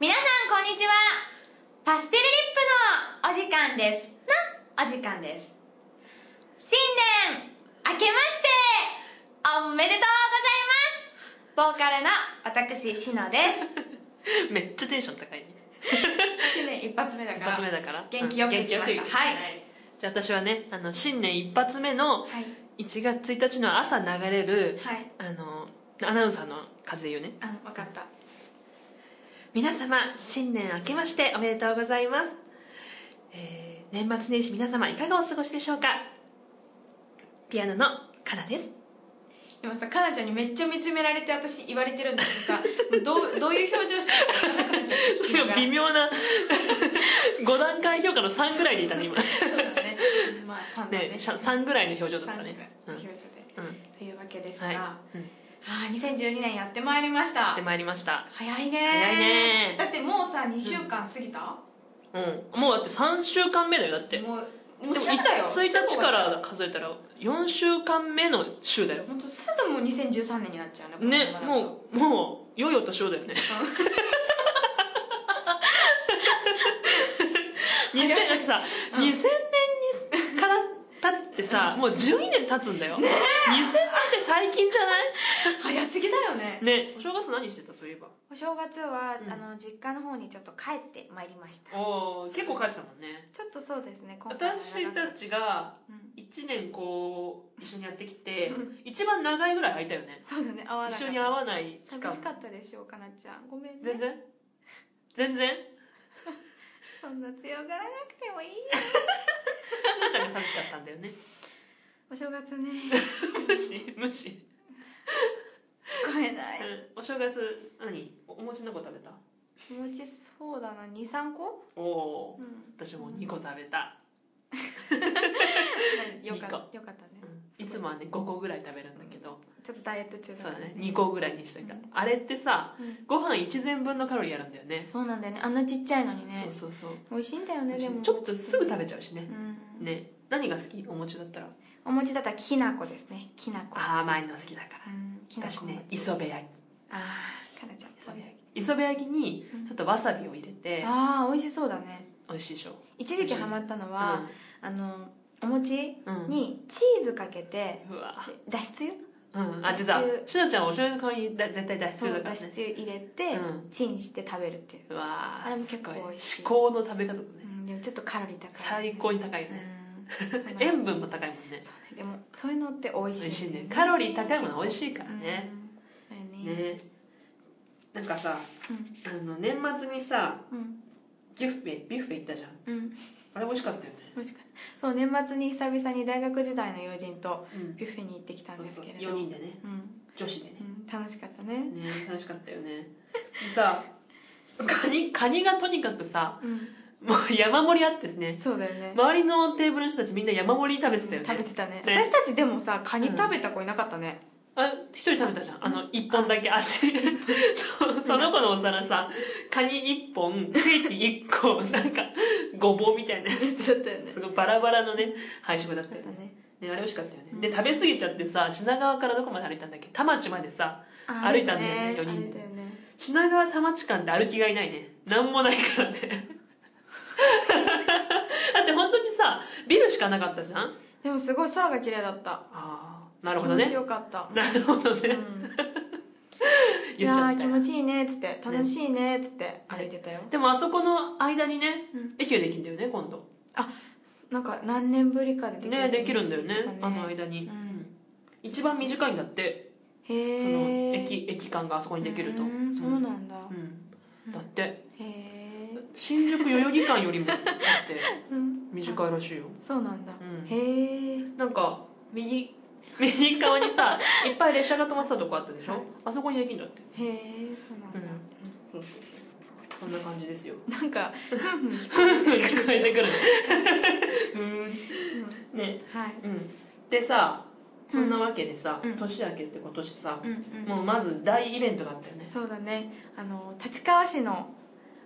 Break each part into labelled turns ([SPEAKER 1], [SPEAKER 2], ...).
[SPEAKER 1] 皆さんこんにちはパステルリップのお時間ですのお時間です新年明けましておめでとうございますボーカルの私しのです
[SPEAKER 2] めっちゃテンション高いね
[SPEAKER 1] 新年一発目だ
[SPEAKER 2] 一
[SPEAKER 1] から
[SPEAKER 2] 発目だから
[SPEAKER 1] 元気よく
[SPEAKER 2] うん
[SPEAKER 1] いきました
[SPEAKER 2] 元気よくき
[SPEAKER 1] はい
[SPEAKER 2] じゃあ私はねあの新年一発目の
[SPEAKER 1] はい
[SPEAKER 2] 1月1日の朝流れる
[SPEAKER 1] はい
[SPEAKER 2] あのアナウンサーの風言うね
[SPEAKER 1] あの分かった
[SPEAKER 2] 皆様新年明けましておめでとうございます、えー年末年始皆様いかがお過ごしでしょうかピアノのかなです
[SPEAKER 1] 今さかなちゃんにめっちゃ見つめられて私言われてるんだけどさもうどうどういう表情してるか分かんなく なっちゃって
[SPEAKER 2] なんか微妙な 5段階評価の3ぐらいでいたね今
[SPEAKER 1] そうだねまあ3だね
[SPEAKER 2] ねしゃ3ぐらいの表情だったね
[SPEAKER 1] 三
[SPEAKER 2] うん
[SPEAKER 1] の表情で、
[SPEAKER 2] うん
[SPEAKER 1] というわけですが、
[SPEAKER 2] はい、
[SPEAKER 1] あ
[SPEAKER 2] うん、
[SPEAKER 1] あ2012年やってまいりました
[SPEAKER 2] でまいりました
[SPEAKER 1] 早いね
[SPEAKER 2] 早いね
[SPEAKER 1] だってもうさ2週間過ぎた、
[SPEAKER 2] うんもうだって3週間目だよだって
[SPEAKER 1] もうもう
[SPEAKER 2] でも
[SPEAKER 1] すぐだよ
[SPEAKER 2] 1日から数えたら4週間目の週だよ
[SPEAKER 1] 本当すぐもう2013年になっちゃうねこの
[SPEAKER 2] ね
[SPEAKER 1] ままだと
[SPEAKER 2] もうもうよいお年をだよね 2000だってさ、
[SPEAKER 1] うん
[SPEAKER 2] 2000年にから経ってさ、もう12年経つんだよ、2000年って最近じゃな
[SPEAKER 1] 早すぎだよね
[SPEAKER 2] いねお正月何してたそういえば
[SPEAKER 1] お正月は、
[SPEAKER 2] うん
[SPEAKER 1] あの実家の方にちょっと帰ってまいりましたちょ
[SPEAKER 2] お結構帰ってたもんね
[SPEAKER 1] っとそうですね今回は
[SPEAKER 2] 私
[SPEAKER 1] 長かった
[SPEAKER 2] ちが
[SPEAKER 1] うん
[SPEAKER 2] 1年こう一緒にやってきて
[SPEAKER 1] うん
[SPEAKER 2] 一番長いぐらい空いたよね
[SPEAKER 1] そうだね合わなかった
[SPEAKER 2] 一緒に会わない期
[SPEAKER 1] 寂
[SPEAKER 2] 間
[SPEAKER 1] しかったでしょうかなちゃんごめんね
[SPEAKER 2] 全然全然
[SPEAKER 1] そんな強がらなくても いいよ
[SPEAKER 2] しのちゃんが寂しかったんだよ ね
[SPEAKER 1] お正月ね
[SPEAKER 2] 無視無視、
[SPEAKER 1] 聞こえな
[SPEAKER 2] う
[SPEAKER 1] い
[SPEAKER 2] ん、お正月何おお餅の子食べた
[SPEAKER 1] お餅そうだな23個、
[SPEAKER 2] おお
[SPEAKER 1] う
[SPEAKER 2] ー
[SPEAKER 1] ん、
[SPEAKER 2] 私も2個食べた、
[SPEAKER 1] よか
[SPEAKER 2] 二
[SPEAKER 1] よかったね
[SPEAKER 2] うんいつもはね5個ぐらい食べるんだけど、
[SPEAKER 1] ちょっとダイエット中だ
[SPEAKER 2] そう
[SPEAKER 1] から
[SPEAKER 2] だね2個ぐらいにしといた、
[SPEAKER 1] うん
[SPEAKER 2] あれってさ
[SPEAKER 1] うん
[SPEAKER 2] ご飯1膳分のカロリーあるんだよね
[SPEAKER 1] そうなんだよねあんなちっちゃいのにね
[SPEAKER 2] そうそうそう、
[SPEAKER 1] 美味しいんだよねでも
[SPEAKER 2] ちょっとすぐ食べ
[SPEAKER 1] ち
[SPEAKER 2] ちゃうしね
[SPEAKER 1] ゃう、うん、
[SPEAKER 2] ね何が好きお餅だったら
[SPEAKER 1] お餅だったらきなこですねきなこ
[SPEAKER 2] 甘いの好きだか
[SPEAKER 1] うんき
[SPEAKER 2] ら
[SPEAKER 1] な
[SPEAKER 2] 私
[SPEAKER 1] こ
[SPEAKER 2] ね
[SPEAKER 1] 餅
[SPEAKER 2] 磯辺焼
[SPEAKER 1] ああかなちゃん
[SPEAKER 2] き磯辺焼きにちょっとわさびを入れて
[SPEAKER 1] ああ美味しそうだね
[SPEAKER 2] 美味しいでしょ
[SPEAKER 1] 一時期ハマったのは、あのお餅
[SPEAKER 2] うんうん
[SPEAKER 1] にチーズかけて
[SPEAKER 2] うわ
[SPEAKER 1] で脱出よ
[SPEAKER 2] うんあ出た
[SPEAKER 1] 脱
[SPEAKER 2] しのちゃんお醤油の代わりにだ絶対脱
[SPEAKER 1] そ
[SPEAKER 2] 出だ
[SPEAKER 1] う
[SPEAKER 2] から
[SPEAKER 1] 脱
[SPEAKER 2] ね
[SPEAKER 1] 出入れて、
[SPEAKER 2] うん
[SPEAKER 1] チンして食べるっていう、
[SPEAKER 2] うわ
[SPEAKER 1] あれも
[SPEAKER 2] す
[SPEAKER 1] 結
[SPEAKER 2] ご
[SPEAKER 1] 構
[SPEAKER 2] い
[SPEAKER 1] 美味しい
[SPEAKER 2] 至高の食べ方だね
[SPEAKER 1] うん、でもちょっとカロリー高い、
[SPEAKER 2] 最 高に高いよね
[SPEAKER 1] うん
[SPEAKER 2] 塩分も高いもんね
[SPEAKER 1] そうねでもそういうのって美味しい
[SPEAKER 2] 美味しいねカロリー高いもの美味しいからね
[SPEAKER 1] うんだよね
[SPEAKER 2] ねなんかさ
[SPEAKER 1] うん
[SPEAKER 2] あの年末にさ
[SPEAKER 1] うん
[SPEAKER 2] ギフェビュッフェ行ったじゃん
[SPEAKER 1] うん
[SPEAKER 2] あれ美味しかったよね
[SPEAKER 1] 美味しかったそう年末に久々に大学時代の友人と
[SPEAKER 2] うん
[SPEAKER 1] ビュッフェに行ってきたん
[SPEAKER 2] そう
[SPEAKER 1] です
[SPEAKER 2] そう
[SPEAKER 1] けれど
[SPEAKER 2] 4人でね
[SPEAKER 1] うん
[SPEAKER 2] 女子でね
[SPEAKER 1] うん楽しかったね
[SPEAKER 2] ね楽しかったよねでさカニカニがとにかくさ
[SPEAKER 1] うん
[SPEAKER 2] もう山盛りあってですね
[SPEAKER 1] そうだよね
[SPEAKER 2] 周りのテーブルの人たちみんな山盛り食べてたよね
[SPEAKER 1] 食べてたね
[SPEAKER 2] ね
[SPEAKER 1] 私たちでもさカニ
[SPEAKER 2] うん
[SPEAKER 1] 食べた子いなかった ね
[SPEAKER 2] あ一人食べたじゃんあの一本だけ足 そうその子のお皿さカニ一本ケーキ一個なんかごぼうみたいな
[SPEAKER 1] だったよね
[SPEAKER 2] すごいバラバラのね配食だっ
[SPEAKER 1] だ
[SPEAKER 2] た
[SPEAKER 1] っ
[SPEAKER 2] よ
[SPEAKER 1] た
[SPEAKER 2] ね
[SPEAKER 1] ね
[SPEAKER 2] ねあれ美味しかったよね、
[SPEAKER 1] うん
[SPEAKER 2] で食べ過ぎちゃってさ品川からどこまで歩いたんだっけ田町までさ歩いたんだよね
[SPEAKER 1] 歩いた
[SPEAKER 2] 四人で
[SPEAKER 1] 歩いたよね
[SPEAKER 2] 品川田町間って歩きがいないねなんもないからね だって本当にさビルしかなかったじゃん
[SPEAKER 1] でもすごい空が綺麗だった
[SPEAKER 2] ああなるほどね
[SPEAKER 1] 気持ちよかった
[SPEAKER 2] なるほどね、
[SPEAKER 1] うんい
[SPEAKER 2] 言っちゃ
[SPEAKER 1] や
[SPEAKER 2] っ
[SPEAKER 1] ー気
[SPEAKER 2] たよ
[SPEAKER 1] 持ちいいねっつって楽しいねっつって歩いてたよ、
[SPEAKER 2] でもあそこの間にね
[SPEAKER 1] うん
[SPEAKER 2] 駅ができるんだよね今度
[SPEAKER 1] なんか何年ぶりかで
[SPEAKER 2] ねできるんだよねあの
[SPEAKER 1] へ
[SPEAKER 2] 間に、
[SPEAKER 1] うん
[SPEAKER 2] 一番短いんだってそ
[SPEAKER 1] え
[SPEAKER 2] の駅駅間があそこにできると
[SPEAKER 1] そうなんだ、
[SPEAKER 2] うんだって
[SPEAKER 1] へえ、
[SPEAKER 2] 新宿代々木間よりもだって
[SPEAKER 1] うん、
[SPEAKER 2] 短い らしいよ、
[SPEAKER 1] そうなんだ、
[SPEAKER 2] うん
[SPEAKER 1] へえ
[SPEAKER 2] なんか右右側に さいっぱい列車が止まってたとこあったでしょ、
[SPEAKER 1] はい
[SPEAKER 2] あそこにできるんだって
[SPEAKER 1] へえそうなんだ、
[SPEAKER 2] そうそうそうそんな感じですよ
[SPEAKER 1] なんか、
[SPEAKER 2] 聞こえてくるねう
[SPEAKER 1] うん
[SPEAKER 2] んね
[SPEAKER 1] はい
[SPEAKER 2] うんでさ そんなわけでさ、
[SPEAKER 1] うん
[SPEAKER 2] 年明けって今年さ、
[SPEAKER 1] うんうん
[SPEAKER 2] もうまず大イベントがあったよね、
[SPEAKER 1] そうだねあの立川市の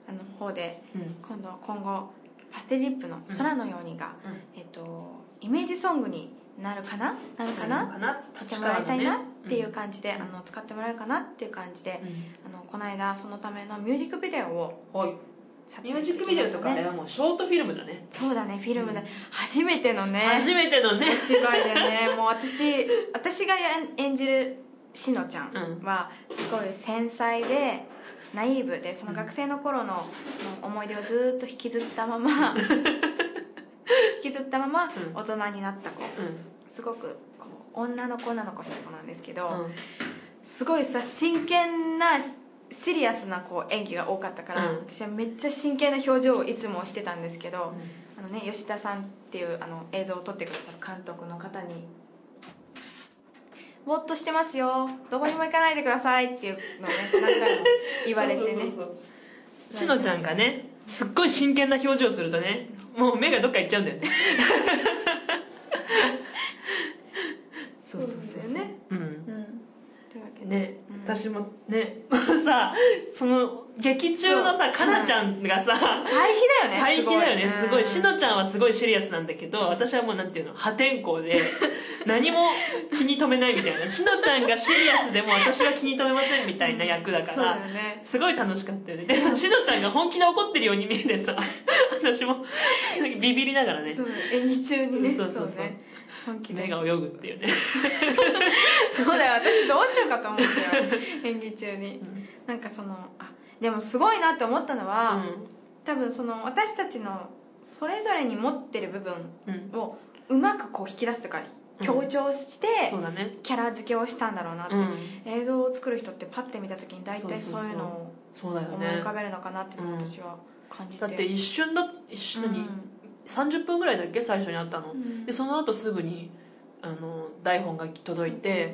[SPEAKER 1] あの方で
[SPEAKER 2] うん
[SPEAKER 1] 今度今後パステリップの「空のようにが」
[SPEAKER 2] うん
[SPEAKER 1] えっと、イメージソングになるかななるかな
[SPEAKER 2] かな
[SPEAKER 1] してもらいたいなっていう
[SPEAKER 2] か、
[SPEAKER 1] 感じで、あの使ってもらえるかなっていう感じで
[SPEAKER 2] う、ん
[SPEAKER 1] あのこの間そのためのミュージックビデオを
[SPEAKER 2] はい
[SPEAKER 1] 撮
[SPEAKER 2] ミ
[SPEAKER 1] 影
[SPEAKER 2] ュージ
[SPEAKER 1] してき
[SPEAKER 2] ック
[SPEAKER 1] まし
[SPEAKER 2] ビデ
[SPEAKER 1] た
[SPEAKER 2] オとかあれ
[SPEAKER 1] ね
[SPEAKER 2] はもうショートフィルムだね
[SPEAKER 1] そうだねフィルムで、
[SPEAKER 2] うん
[SPEAKER 1] 初めてのね
[SPEAKER 2] 初めてのね
[SPEAKER 1] お芝居でねもう私私がやん演じるしのちゃんはすごい繊細でナイーブでその学生の頃のその思い出をずっと引きずったま ま引きずったまま
[SPEAKER 2] うん
[SPEAKER 1] 大人になった子
[SPEAKER 2] うん
[SPEAKER 1] すごくこう女の子女の子した子なんですけど、
[SPEAKER 2] うん
[SPEAKER 1] すごいさ真剣なシシリアスなこう演技が多かったから、
[SPEAKER 2] うん
[SPEAKER 1] 私はめっちゃ真剣な表情をいつもしてたんですけど、あのね、吉田さんっていうあの映像を撮ってくださる監督の方に「ぼーっとしてますよどこにも行かないでください」っていう のをね何回も言われて
[SPEAKER 2] そう
[SPEAKER 1] ね
[SPEAKER 2] そうそうそうしのちゃんがねすっごい真剣な表情をするとねもう目がどっか行っちゃうんだよねそうそうそう
[SPEAKER 1] そ
[SPEAKER 2] そうう
[SPEAKER 1] だよね
[SPEAKER 2] うん
[SPEAKER 1] うんというわけで
[SPEAKER 2] ね、
[SPEAKER 1] うん
[SPEAKER 2] 私もね さその劇中の
[SPEAKER 1] そ
[SPEAKER 2] さ
[SPEAKER 1] う
[SPEAKER 2] かなちゃんがさ、
[SPEAKER 1] 対比だよね
[SPEAKER 2] 対比だよねすごいし
[SPEAKER 1] し
[SPEAKER 2] のちゃんはすごいシリアスなんだけど私はもうなんていうの破天荒 で何も気に留めないみたいなしのちゃんがシリアスでも私は気に留めませんみたいな役だか
[SPEAKER 1] そうだ
[SPEAKER 2] ら
[SPEAKER 1] よね
[SPEAKER 2] すごい楽しかったよねでさしのちゃんが本気で怒ってるように見えてさ 私もなんかビビりながらね
[SPEAKER 1] そう演技中にね
[SPEAKER 2] そうそうそう
[SPEAKER 1] ね本気で
[SPEAKER 2] 目が泳ぐっていうね、
[SPEAKER 1] そうだよ私どうしようかと思ったよ演技中になんかそのあでもすごいなって思ったのは、多分その私たちのそれぞれに持ってる部分
[SPEAKER 2] うんうん
[SPEAKER 1] をうまくこう引き出すというか
[SPEAKER 2] うん
[SPEAKER 1] 強調して
[SPEAKER 2] そうだね
[SPEAKER 1] キャラ付けをしたんだろうなって、
[SPEAKER 2] うん
[SPEAKER 1] 映像を作る人ってパッて見た時に大体
[SPEAKER 2] そ
[SPEAKER 1] そ
[SPEAKER 2] うそうそうう
[SPEAKER 1] いうのを
[SPEAKER 2] そうだよ
[SPEAKER 1] 思い
[SPEAKER 2] ね
[SPEAKER 1] 浮かべるのかなっていうのを
[SPEAKER 2] うん
[SPEAKER 1] 私は感じて、
[SPEAKER 2] だって一瞬だ一瞬
[SPEAKER 1] う
[SPEAKER 2] 何、
[SPEAKER 1] ん
[SPEAKER 2] 30分ぐらいだっけ最初に会ったの、
[SPEAKER 1] うん
[SPEAKER 2] でその後すぐにあの台本が届いて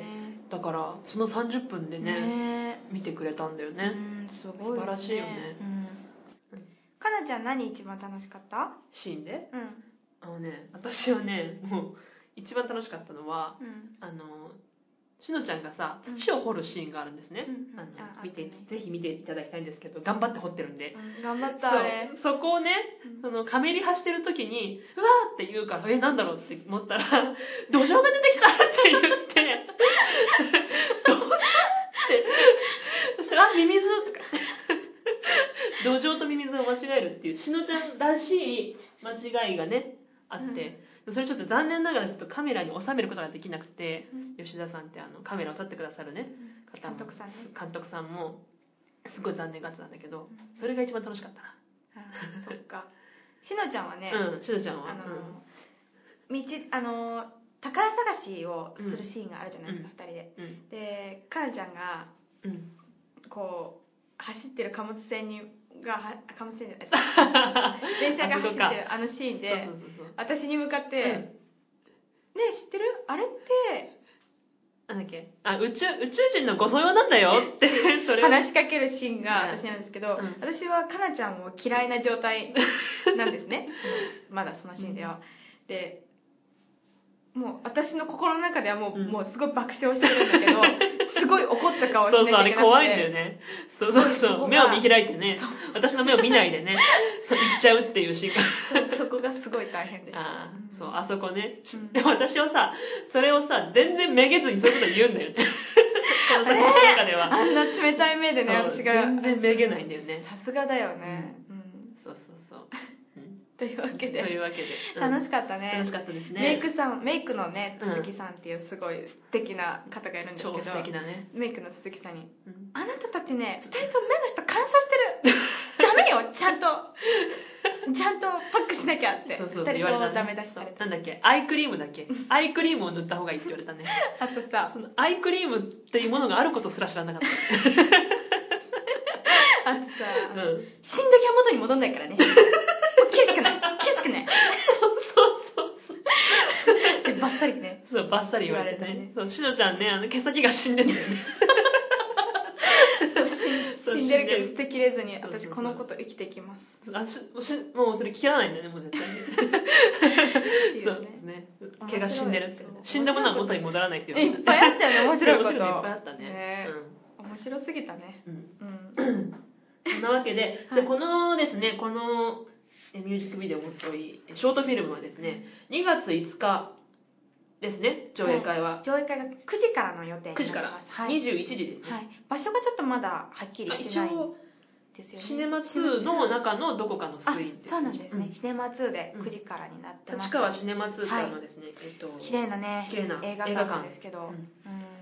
[SPEAKER 2] だ,、からその30分で
[SPEAKER 1] そうだよね、
[SPEAKER 2] ね
[SPEAKER 1] ね
[SPEAKER 2] 見てくれたんだよね、
[SPEAKER 1] うんすごいよね
[SPEAKER 2] 素晴らしいよね
[SPEAKER 1] うんかなちゃん何一番楽しかった
[SPEAKER 2] シーンで
[SPEAKER 1] うん
[SPEAKER 2] あのね私はねもう一番楽しかったのは
[SPEAKER 1] うん
[SPEAKER 2] あのしのちゃんがさ土を掘るシーンがあるんですね、
[SPEAKER 1] うん
[SPEAKER 2] あの
[SPEAKER 1] あ
[SPEAKER 2] 見て
[SPEAKER 1] あとね
[SPEAKER 2] ぜひ見ていただきたいんですけど頑張って掘ってるんで、
[SPEAKER 1] うん頑張っ
[SPEAKER 2] そ
[SPEAKER 1] たあれ
[SPEAKER 2] うそこをね
[SPEAKER 1] うん
[SPEAKER 2] そのカメリハしてる時に「うわ!」って言うから「えなんだろう?」って思ったら 「土壌が出てきた!」って言って 「土壌?」ってそしたら「あミミズ!」とか土壌とミミズを間違えるっていうしのちゃんらしい間違いがねあって、それちょっと残念ながらちょっとカメラに収めることができなくて
[SPEAKER 1] うん
[SPEAKER 2] 吉田さんってあのカメラを撮ってくださるね方も
[SPEAKER 1] 監督さんね
[SPEAKER 2] 監督さんもすごい残念がってたんだけどそれが一番楽しかったな。
[SPEAKER 1] あーそっかしのちゃんはね、
[SPEAKER 2] うん、しのちゃんは、
[SPEAKER 1] あの
[SPEAKER 2] うん
[SPEAKER 1] 道あの宝探しをするシーンがあるじゃないですか、
[SPEAKER 2] う
[SPEAKER 1] 二
[SPEAKER 2] ん
[SPEAKER 1] 人で
[SPEAKER 2] うん
[SPEAKER 1] でかなちゃんが
[SPEAKER 2] うん、
[SPEAKER 1] こう走ってる貨物船にがは貨物船じゃないです 電車が走ってるあのシーンで
[SPEAKER 2] そうそうそうそう
[SPEAKER 1] 私に向かって「
[SPEAKER 2] で、
[SPEAKER 1] ねえ知ってるあれって
[SPEAKER 2] なんだっけあ宇宙宇宙人のご相用なんだよって それを
[SPEAKER 1] 話しかけるシーンが私なんですけど、
[SPEAKER 2] うん
[SPEAKER 1] 私はかなちゃんを嫌いな状態なんです ねそのまだそのシーンでは、でもう私の心の中ではもう,、
[SPEAKER 2] うん
[SPEAKER 1] もうすごい爆笑してるんだけど すごい怒った顔をし
[SPEAKER 2] そ
[SPEAKER 1] な
[SPEAKER 2] う
[SPEAKER 1] き
[SPEAKER 2] そうあ
[SPEAKER 1] ゃいけなくて
[SPEAKER 2] れ怖いんだよねそうそう
[SPEAKER 1] そ
[SPEAKER 2] そう
[SPEAKER 1] そこが
[SPEAKER 2] う目を見開いてね
[SPEAKER 1] そう
[SPEAKER 2] 私の目を見ないでねそう行っちゃうってい うシーンが
[SPEAKER 1] そこがすごい大変でした
[SPEAKER 2] あーそうあそこね、
[SPEAKER 1] うん
[SPEAKER 2] でも私はさそれをさ全然めげずにそういうこと言うんだよね その作品の中では
[SPEAKER 1] あんな冷たい目でね私
[SPEAKER 2] そう
[SPEAKER 1] が
[SPEAKER 2] 全然めげないんだよね
[SPEAKER 1] さすがだよね、うん
[SPEAKER 2] そうそうそう
[SPEAKER 1] というわ
[SPEAKER 2] と
[SPEAKER 1] けで
[SPEAKER 2] いうわけで、うん
[SPEAKER 1] 楽しかったね
[SPEAKER 2] 楽しかったですね
[SPEAKER 1] メイクさんメイクのね
[SPEAKER 2] うん
[SPEAKER 1] 鈴木さんっていうすごい素敵な方がいるんですけど
[SPEAKER 2] 超、素敵なね、
[SPEAKER 1] メイクの鈴木さんに
[SPEAKER 2] うん
[SPEAKER 1] 「あなたたちね2人とも目の下乾燥してる ダメよちゃんとちゃんとパックしなきゃ」って
[SPEAKER 2] そう
[SPEAKER 1] 2
[SPEAKER 2] そ
[SPEAKER 1] 人
[SPEAKER 2] う言わ
[SPEAKER 1] と
[SPEAKER 2] れた
[SPEAKER 1] もダメ
[SPEAKER 2] ね
[SPEAKER 1] 出しされ
[SPEAKER 2] そ
[SPEAKER 1] た
[SPEAKER 2] うなんだっけアイクリームだっけアイクリームを塗った方がいいって言われたね
[SPEAKER 1] あとさ
[SPEAKER 2] そのアイクリームっていうものがあることすら知らなか っ
[SPEAKER 1] あとさ
[SPEAKER 2] た、うん、
[SPEAKER 1] 死んだきゃ元に戻んないからねもう切るしかない切るしかない
[SPEAKER 2] そうそうそう
[SPEAKER 1] でバッサリね
[SPEAKER 2] そうバッサリ言われてね
[SPEAKER 1] 言
[SPEAKER 2] そうしのちゃんねあの毛先が死んでんだよね
[SPEAKER 1] そう死ん
[SPEAKER 2] そう
[SPEAKER 1] 死んでるけ
[SPEAKER 2] 死んで
[SPEAKER 1] ど
[SPEAKER 2] る
[SPEAKER 1] 捨てきれずに
[SPEAKER 2] そうそう
[SPEAKER 1] 私
[SPEAKER 2] そう
[SPEAKER 1] この子と生きていきます
[SPEAKER 2] あししもうそれ切らないんだよねもう絶対に
[SPEAKER 1] ってい
[SPEAKER 2] そう
[SPEAKER 1] う
[SPEAKER 2] で
[SPEAKER 1] ね
[SPEAKER 2] すね
[SPEAKER 1] 白い
[SPEAKER 2] 毛が死んでるっていうね
[SPEAKER 1] そう
[SPEAKER 2] 死んだものは元に戻らないっていう
[SPEAKER 1] いっぱいあったよね面白いこ
[SPEAKER 2] 面
[SPEAKER 1] と
[SPEAKER 2] 白いのいっぱいあったね
[SPEAKER 1] ね面白すぎたね
[SPEAKER 2] うん、うん
[SPEAKER 1] うん
[SPEAKER 2] そんなわけで、
[SPEAKER 1] はい
[SPEAKER 2] でこのですねこのえミュージックビデオもっといいショートフィルムはですね2月5日ですね、上映会は。
[SPEAKER 1] 上映会が9時からの予定にな
[SPEAKER 2] 9時
[SPEAKER 1] り
[SPEAKER 2] から
[SPEAKER 1] ます。はい。
[SPEAKER 2] 21時ですね。
[SPEAKER 1] はい。場所がちょっとまだはっきり
[SPEAKER 2] あ
[SPEAKER 1] して
[SPEAKER 2] 一
[SPEAKER 1] ない
[SPEAKER 2] 応、
[SPEAKER 1] ですよね。
[SPEAKER 2] シネマ2の中のどこかのス
[SPEAKER 1] あ
[SPEAKER 2] クリーンってい
[SPEAKER 1] そうなんですね、
[SPEAKER 2] う
[SPEAKER 1] シネマ2で
[SPEAKER 2] うん
[SPEAKER 1] 9時からになってます
[SPEAKER 2] 立川シネマ2ってあのですね、えっと、
[SPEAKER 1] 綺麗なね
[SPEAKER 2] 綺麗な
[SPEAKER 1] 映画
[SPEAKER 2] 映
[SPEAKER 1] 館
[SPEAKER 2] 画
[SPEAKER 1] なん
[SPEAKER 2] 館
[SPEAKER 1] ですけど、
[SPEAKER 2] うん
[SPEAKER 1] うん